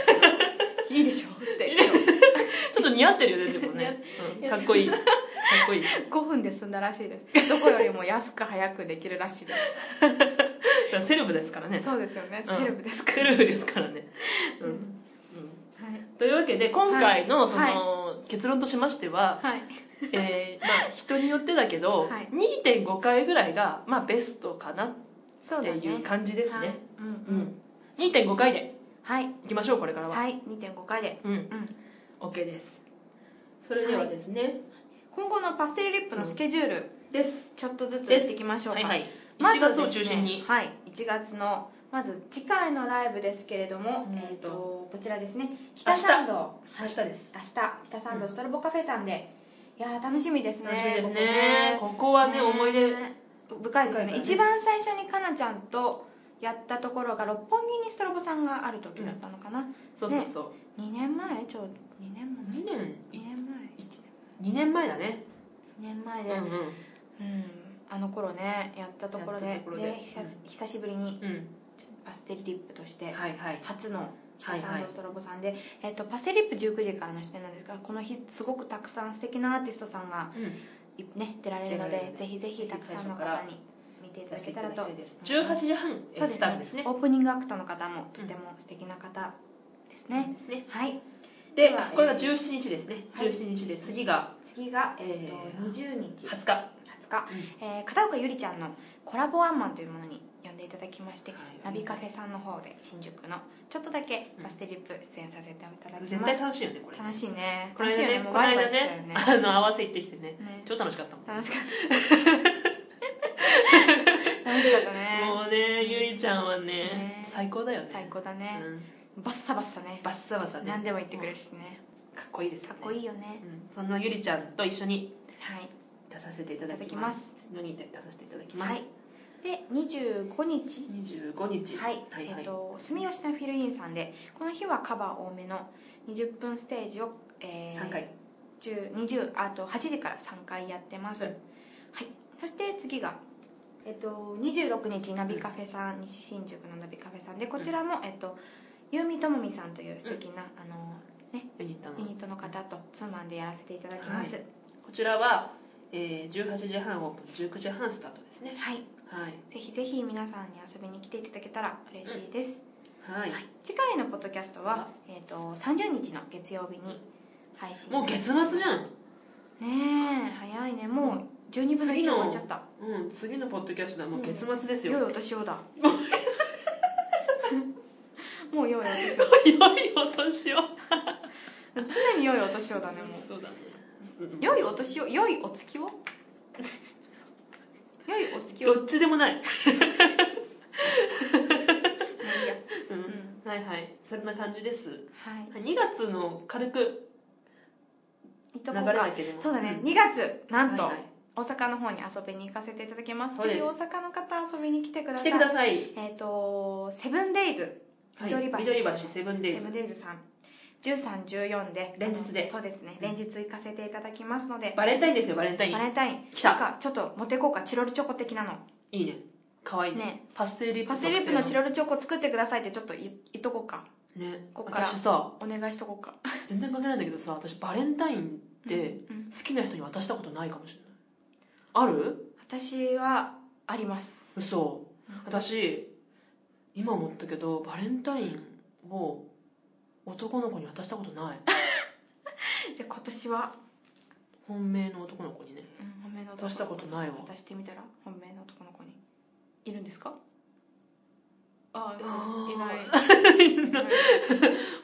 [SPEAKER 1] けどいいでしょって
[SPEAKER 2] うんちょっと似合ってるよねでもね、うん、かっこいいかっこいい
[SPEAKER 1] 5分で済んだらしいですどこよりも安く早くできるらしいです
[SPEAKER 2] だからセルフですからね
[SPEAKER 1] そうですよね、
[SPEAKER 2] うん
[SPEAKER 1] セルフですか
[SPEAKER 2] セルフですからねうん、うん
[SPEAKER 1] はい、
[SPEAKER 2] というわけで今回
[SPEAKER 1] は
[SPEAKER 2] の
[SPEAKER 1] い
[SPEAKER 2] その、結論としまし ては、
[SPEAKER 1] はい、
[SPEAKER 2] えーまあ、人によってだけど、
[SPEAKER 1] はい
[SPEAKER 2] 2.5回ぐらいが、まあ、ベストかなっ
[SPEAKER 1] そう
[SPEAKER 2] て
[SPEAKER 1] だね
[SPEAKER 2] いう感じですね
[SPEAKER 1] はい、うんう
[SPEAKER 2] う
[SPEAKER 1] ん
[SPEAKER 2] ん、2.5回で
[SPEAKER 1] はい
[SPEAKER 2] いきましょうこれからは、
[SPEAKER 1] はい2.5回で、
[SPEAKER 2] うん
[SPEAKER 1] うん、
[SPEAKER 2] OK ですそれではですね、
[SPEAKER 1] 今後のパステルリップのスケジュール、
[SPEAKER 2] です
[SPEAKER 1] ちょっとずつ
[SPEAKER 2] で
[SPEAKER 1] や
[SPEAKER 2] す
[SPEAKER 1] っていきましょうか、
[SPEAKER 2] はいはい
[SPEAKER 1] ま
[SPEAKER 2] 1
[SPEAKER 1] ず
[SPEAKER 2] 月を
[SPEAKER 1] です
[SPEAKER 2] 中
[SPEAKER 1] ね
[SPEAKER 2] 心に、
[SPEAKER 1] はい1月のまず次回のライブですけれども、
[SPEAKER 2] うん
[SPEAKER 1] えー、とこちらですね北参道
[SPEAKER 2] 明日です
[SPEAKER 1] 明日北参道ストロボカフェさんで、いやー楽しみですね
[SPEAKER 2] 楽しみですね
[SPEAKER 1] こ
[SPEAKER 2] ここはね思い出
[SPEAKER 1] こね深いですね
[SPEAKER 2] 深いからね
[SPEAKER 1] 一番最初にかなちゃんとやったところが六本木にストロボさんがある時だったのかな、
[SPEAKER 2] そうそうそう、
[SPEAKER 1] 2年前ちょうど2年
[SPEAKER 2] 2
[SPEAKER 1] 前
[SPEAKER 2] 年
[SPEAKER 1] 2年前
[SPEAKER 2] 1 2年前だね
[SPEAKER 1] 年前
[SPEAKER 2] う
[SPEAKER 1] で、うん
[SPEAKER 2] ん
[SPEAKER 1] あの頃ねやったところで
[SPEAKER 2] やったところで
[SPEAKER 1] 久し
[SPEAKER 2] う
[SPEAKER 1] 久しぶりに
[SPEAKER 2] うん
[SPEAKER 1] パステルリップとして
[SPEAKER 2] はいはい
[SPEAKER 1] 初の北
[SPEAKER 2] はい
[SPEAKER 1] サ
[SPEAKER 2] は
[SPEAKER 1] ン
[SPEAKER 2] い
[SPEAKER 1] ドストロボさんで、えっとパステルリップ19時からの出演なんですがこの日すごくたくさん素敵なアーティストさんが、
[SPEAKER 2] うん
[SPEAKER 1] いね、出られるの
[SPEAKER 2] 出られ
[SPEAKER 1] で
[SPEAKER 2] る
[SPEAKER 1] ぜひぜひたくさんの方に見ていただけたらと
[SPEAKER 2] 18時半
[SPEAKER 1] そうで
[SPEAKER 2] ス
[SPEAKER 1] す
[SPEAKER 2] タート
[SPEAKER 1] ね
[SPEAKER 2] ですね
[SPEAKER 1] オープニングアクトの方もとても素敵な方ですね、
[SPEAKER 2] ですね
[SPEAKER 1] はい
[SPEAKER 2] で
[SPEAKER 1] では
[SPEAKER 2] これが17日ですね
[SPEAKER 1] はい
[SPEAKER 2] 17日で次が
[SPEAKER 1] 次が、えっと
[SPEAKER 2] えー
[SPEAKER 1] 20日
[SPEAKER 2] 20日
[SPEAKER 1] 20日、えー片岡ゆりちゃんのコラボワンマンというものに呼んでいただきまして、ナビカフェさんの方で新宿のちょっとだけ
[SPEAKER 2] うん
[SPEAKER 1] パステリップ出演させていただき
[SPEAKER 2] 絶
[SPEAKER 1] ま
[SPEAKER 2] 対
[SPEAKER 1] す、
[SPEAKER 2] 楽しいよねこれ
[SPEAKER 1] 楽しいね
[SPEAKER 2] この
[SPEAKER 1] 楽しい
[SPEAKER 2] 間
[SPEAKER 1] よねも
[SPEAKER 2] ねこ
[SPEAKER 1] う
[SPEAKER 2] の
[SPEAKER 1] ワイワ
[SPEAKER 2] 間
[SPEAKER 1] イしちゃうよ
[SPEAKER 2] ね
[SPEAKER 1] ね
[SPEAKER 2] あの合わせ行ってきてね
[SPEAKER 1] ね
[SPEAKER 2] 超楽しかったもん
[SPEAKER 1] 楽しかった楽しかったね
[SPEAKER 2] もうねゆいちゃんは
[SPEAKER 1] ね
[SPEAKER 2] ね最高だよね
[SPEAKER 1] 最高だね
[SPEAKER 2] う、ん
[SPEAKER 1] バッサバッサね
[SPEAKER 2] バッサバサ
[SPEAKER 1] 何
[SPEAKER 2] ね
[SPEAKER 1] でも言ってくれるしね
[SPEAKER 2] かっこいいです
[SPEAKER 1] かっこい
[SPEAKER 2] い
[SPEAKER 1] いよね
[SPEAKER 2] そんなゆりちゃんと一緒に
[SPEAKER 1] はい
[SPEAKER 2] 出させていた
[SPEAKER 1] いた
[SPEAKER 2] だ
[SPEAKER 1] だ
[SPEAKER 2] き
[SPEAKER 1] き
[SPEAKER 2] ま
[SPEAKER 1] ますす
[SPEAKER 2] 4人で出させていただきま
[SPEAKER 1] は
[SPEAKER 2] す
[SPEAKER 1] いで25日
[SPEAKER 2] 25日
[SPEAKER 1] はい、
[SPEAKER 2] はい
[SPEAKER 1] えっ、と住吉のフィルインさんでこの日はカバー多めの20分ステージを、えー
[SPEAKER 2] 3回
[SPEAKER 1] 10 20あと8時から3回やってます、はいそして次がえっと26日ナビカフェさん、西新宿のナビカフェさんでこちらも、えっとユーミともみさんという素敵な、あの
[SPEAKER 2] ユニットの
[SPEAKER 1] ユニットの方とツーマンでやらせていただきますはい、
[SPEAKER 2] こちらは、えー、18時半オープン19時半スタートですねはい
[SPEAKER 1] ぜひぜひ皆さんに遊びに来ていただけたら嬉しいです、
[SPEAKER 2] はい、
[SPEAKER 1] はい、次回のポッドキャストは、えー、と30日の月曜日に配信
[SPEAKER 2] もう月末じゃん、
[SPEAKER 1] ねえ早いねもう12分の1
[SPEAKER 2] 次
[SPEAKER 1] 終
[SPEAKER 2] の
[SPEAKER 1] わっちゃった
[SPEAKER 2] うん、次のポッドキャストはもう月末です
[SPEAKER 1] 良い
[SPEAKER 2] よ、
[SPEAKER 1] お年 をだもう良いお年を
[SPEAKER 2] 良いお年を
[SPEAKER 1] 常に良いお年をだねもう
[SPEAKER 2] そうだね
[SPEAKER 1] 良いお年を良いお月 を良いお月をも
[SPEAKER 2] どっちでもな
[SPEAKER 1] う
[SPEAKER 2] い、
[SPEAKER 1] いいや
[SPEAKER 2] う、
[SPEAKER 1] うんん
[SPEAKER 2] はいはいそんな感じです
[SPEAKER 1] はい
[SPEAKER 2] 2月の軽く
[SPEAKER 1] いと
[SPEAKER 2] 流
[SPEAKER 1] こ
[SPEAKER 2] れ
[SPEAKER 1] う
[SPEAKER 2] だ
[SPEAKER 1] か
[SPEAKER 2] けでも
[SPEAKER 1] そうだね
[SPEAKER 2] ん
[SPEAKER 1] 2月なんと
[SPEAKER 2] はいはい
[SPEAKER 1] 大阪の方に遊びに行かせていただきます
[SPEAKER 2] そうです
[SPEAKER 1] ぜひ大阪の方遊びに来てくだ
[SPEAKER 2] 来
[SPEAKER 1] さ
[SPEAKER 2] て
[SPEAKER 1] い
[SPEAKER 2] ください、
[SPEAKER 1] えっとセブンデイズ
[SPEAKER 2] はい、
[SPEAKER 1] 緑橋
[SPEAKER 2] 緑橋セブンデイ
[SPEAKER 1] セ
[SPEAKER 2] ズ
[SPEAKER 1] ブンデイズさん1314で
[SPEAKER 2] 連日で
[SPEAKER 1] あのそうですね
[SPEAKER 2] う
[SPEAKER 1] 連
[SPEAKER 2] ん
[SPEAKER 1] 日行かせていただきますので
[SPEAKER 2] バレンタインですよバレンタイン
[SPEAKER 1] バレンタイン
[SPEAKER 2] 来
[SPEAKER 1] なん
[SPEAKER 2] た
[SPEAKER 1] かちょっと持ってこうかチロルチョコ的なの
[SPEAKER 2] いいねかわいいね
[SPEAKER 1] ね
[SPEAKER 2] パステルリップ
[SPEAKER 1] パステルリップのチ
[SPEAKER 2] ロ
[SPEAKER 1] ロルチョコ作ってくださいってちょっと言言っとこうか
[SPEAKER 2] ね
[SPEAKER 1] こっから
[SPEAKER 2] 私さ
[SPEAKER 1] お願いしとこうか
[SPEAKER 2] 全然関係ないんだけどさ私バレンタインって
[SPEAKER 1] うんうん
[SPEAKER 2] 好きな人に渡したことないかもしれないある
[SPEAKER 1] 私はあります
[SPEAKER 2] 嘘私今思ったけどバレンタインを男の子に渡したことない
[SPEAKER 1] じゃあ今年は、
[SPEAKER 2] 本命の男の子 にね
[SPEAKER 1] うん、本命の男の子
[SPEAKER 2] 渡したことないわ
[SPEAKER 1] 渡してみたら本命の男の子にいるんですかああ
[SPEAKER 2] あ
[SPEAKER 1] そう
[SPEAKER 2] ー
[SPEAKER 1] いないい ない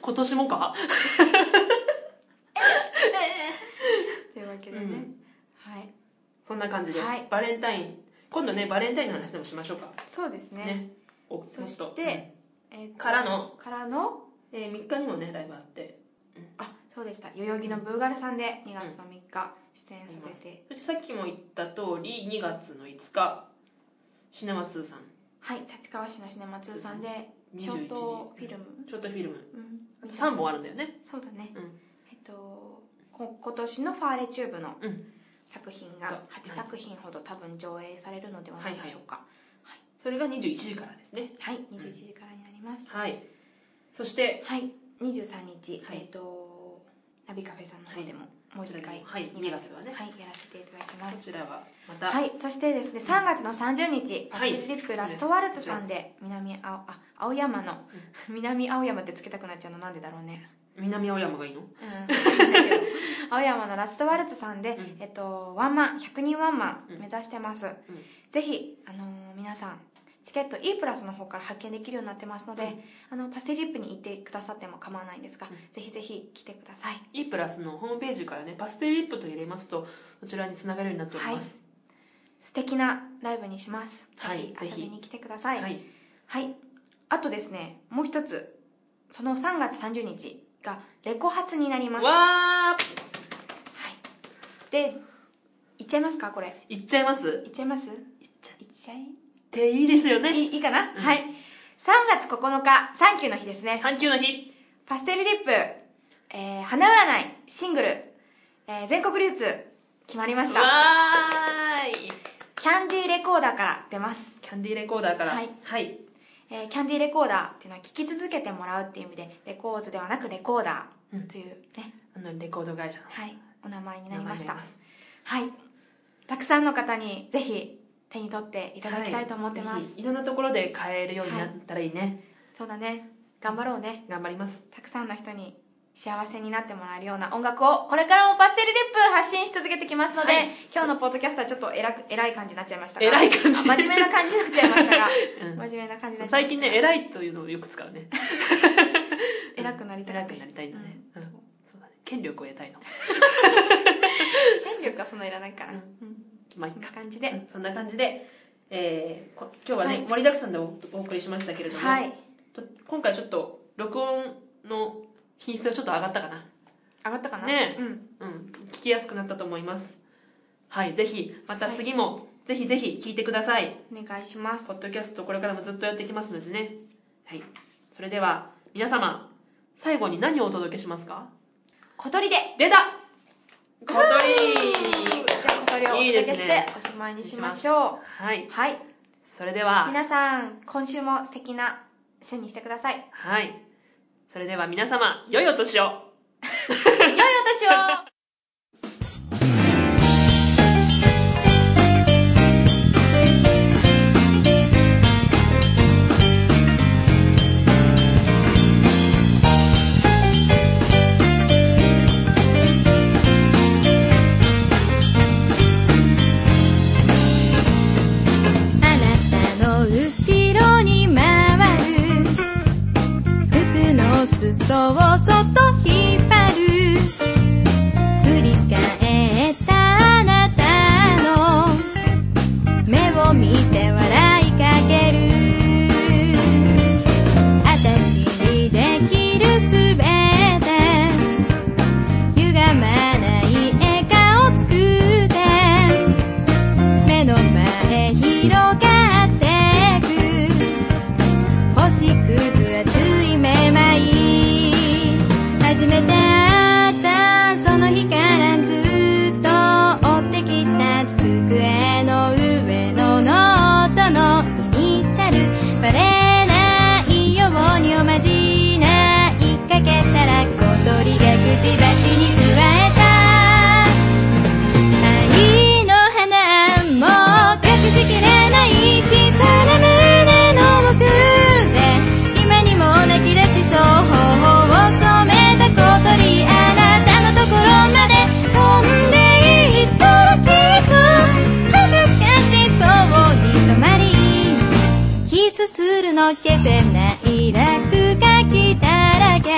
[SPEAKER 2] 今年もか
[SPEAKER 1] というわけで
[SPEAKER 2] う
[SPEAKER 1] ね、
[SPEAKER 2] ん
[SPEAKER 1] はい
[SPEAKER 2] そんな感じです、
[SPEAKER 1] はい
[SPEAKER 2] バレンタイン今度ねバレンタインの話でもしましょうか
[SPEAKER 1] そうですね
[SPEAKER 2] ねお
[SPEAKER 1] そして
[SPEAKER 2] もっとうん
[SPEAKER 1] えーと
[SPEAKER 2] からの
[SPEAKER 1] からの
[SPEAKER 2] えー3日にもねライブあって
[SPEAKER 1] あそうでした代々木のブーガルさんで2月の3日出演させて、
[SPEAKER 2] そしてさっきも言った通り2月の5日シネマ2さん
[SPEAKER 1] はい立川市のシネマ2さんで
[SPEAKER 2] 21時
[SPEAKER 1] ショートフィルム、
[SPEAKER 2] ショートフィルムあ
[SPEAKER 1] うん、
[SPEAKER 2] と3本あるんだよね
[SPEAKER 1] そうだね、
[SPEAKER 2] うん
[SPEAKER 1] えっとこ今年のファーレチューブの
[SPEAKER 2] うん
[SPEAKER 1] 作品が8作品ほど多分上映されるのではないでしょうか
[SPEAKER 2] それが21時からですね
[SPEAKER 1] はい、21時からになります、
[SPEAKER 2] はいそして
[SPEAKER 1] はい23日、
[SPEAKER 2] は
[SPEAKER 1] え
[SPEAKER 2] い
[SPEAKER 1] っとナビカフェさんの方でも、もう一回
[SPEAKER 2] はい
[SPEAKER 1] 二
[SPEAKER 2] 2月はね
[SPEAKER 1] はいやらせていただきま
[SPEAKER 2] こ
[SPEAKER 1] す
[SPEAKER 2] ちらはまた
[SPEAKER 1] はい、そしてですね、3月の30日、パス
[SPEAKER 2] はい
[SPEAKER 1] テルリップラストワルツさんで、南青、あ、青山の、南青山ってつけたくなっちゃうのなんでだろうね。
[SPEAKER 2] 南青山がいいの
[SPEAKER 1] うん、わかん ないけど青山のラストワルツさんで、
[SPEAKER 2] うん
[SPEAKER 1] えっと、ワンマン、100人ワンマ
[SPEAKER 2] うん
[SPEAKER 1] ン目指してます。ぜひ、あのー皆さん、チケット E プラスの方から発見できるようになってますので、
[SPEAKER 2] うん
[SPEAKER 1] あの、パステルリップに行ってくださっても構わないんですが、
[SPEAKER 2] うん
[SPEAKER 1] ぜひぜひ来てください。
[SPEAKER 2] E プラスのホームページからねパステルリップと入れますとそちらにつながるようになっております
[SPEAKER 1] 素敵なライブにします。
[SPEAKER 2] はい
[SPEAKER 1] ぜ
[SPEAKER 2] ぜ
[SPEAKER 1] ひ
[SPEAKER 2] ひ
[SPEAKER 1] 遊びに来てください。
[SPEAKER 2] はい
[SPEAKER 1] はい。あとですね、もう一つ、その3月30日がレコ発になります。はい。
[SPEAKER 2] わー
[SPEAKER 1] で、いっちゃいますかこれ。
[SPEAKER 2] いっちゃいます
[SPEAKER 1] いっちゃいますいっ
[SPEAKER 2] ちゃ
[SPEAKER 1] いっちゃい
[SPEAKER 2] っていいですよね
[SPEAKER 1] いいいかな、
[SPEAKER 2] うん
[SPEAKER 1] はい。3月9日、サンキューの日ですね。
[SPEAKER 2] 産休の日
[SPEAKER 1] パステルリップ、えー、花占い、シングル、えー全国流通決まりまし
[SPEAKER 2] わ
[SPEAKER 1] た
[SPEAKER 2] ーい
[SPEAKER 1] キャンディーレコーダーから出ます、
[SPEAKER 2] キャンディーレコーダーから
[SPEAKER 1] はい
[SPEAKER 2] はい、
[SPEAKER 1] えーキャンディーレコーダーっていうのは聴き続けてもらうっていう意味でレコーズではなくレコーダ
[SPEAKER 2] う
[SPEAKER 1] ー
[SPEAKER 2] ん
[SPEAKER 1] というね、
[SPEAKER 2] あのレコード会社の
[SPEAKER 1] はいお名前になりまし
[SPEAKER 2] 名前にな
[SPEAKER 1] た
[SPEAKER 2] ります
[SPEAKER 1] はいたくさんの方にぜひ手に取っていただきたいと思ってます、
[SPEAKER 2] ぜひいろんなところで買えるようになったらいいね、
[SPEAKER 1] そうだね頑張ろうね
[SPEAKER 2] 頑張ります
[SPEAKER 1] たくさんの人に幸せになってもらえるような音楽をこれからもパステルリップ発信し続けてきますので、
[SPEAKER 2] はい
[SPEAKER 1] 今日のポッドキャストはちょっと偉く偉い感じになっちゃいましたが
[SPEAKER 2] 偉い感じ
[SPEAKER 1] あ真面目な感じになっちゃいました が
[SPEAKER 2] うん
[SPEAKER 1] 真面目な感じになっちゃい
[SPEAKER 2] 最
[SPEAKER 1] ました
[SPEAKER 2] 近ね偉いというのをよく使うね
[SPEAKER 1] 偉くなりた
[SPEAKER 2] 偉
[SPEAKER 1] くて
[SPEAKER 2] くなりたいんだね、
[SPEAKER 1] う
[SPEAKER 2] うんんそうだね権力を得たいの、
[SPEAKER 1] 権力はそんないらないから、
[SPEAKER 2] うんまあいい
[SPEAKER 1] こんな
[SPEAKER 2] か
[SPEAKER 1] 感じで、
[SPEAKER 2] うんそんな感じで、えーこ今日はね、
[SPEAKER 1] はい
[SPEAKER 2] 盛りだくさんでおお送りしましたけれども、
[SPEAKER 1] はい
[SPEAKER 2] と今回ちょっと録音の品質がちょっと上がったかな
[SPEAKER 1] 上がったかな
[SPEAKER 2] ねえ
[SPEAKER 1] うん
[SPEAKER 2] うん聞きやすくなったと思いますはいぜひまた次も、ぜひぜひ聞いてください
[SPEAKER 1] お願いします
[SPEAKER 2] ポッドキャストこれからもずっとやっていきますのでねはいそれでは皆様最後に何をお届けしますか
[SPEAKER 1] 小鳥で
[SPEAKER 2] 出た
[SPEAKER 1] じ
[SPEAKER 2] 小
[SPEAKER 1] ゃあ小鳥をお
[SPEAKER 2] いい
[SPEAKER 1] 届け
[SPEAKER 2] です
[SPEAKER 1] して
[SPEAKER 2] ね
[SPEAKER 1] おしまいにしましょう
[SPEAKER 2] はい
[SPEAKER 1] はい
[SPEAKER 2] それでは
[SPEAKER 1] 皆さん今週も素敵な週にしてください
[SPEAKER 2] はいそれでは皆様良いお年を
[SPEAKER 1] 良いお年を
[SPEAKER 3] あなたの後ろに回る服の裾をそっと引っ張る振り返ったあなたの目を見て笑いかける私にできるすべて歪まない笑顔作って目の前広がってく星屑熱いめまい初めて会ったその日からずっと追ってきた机の上のノートのイニシャルバレないようにおまじないかけたら小鳥がくちばしにくわえた愛の花も隠しきれない小さな胸の奥で今にも泣き出しそう頬を染めた小鳥あなたのところまで飛んでいったらきっと恥ずかしそうに止まりキスするの消せない落書きだらけ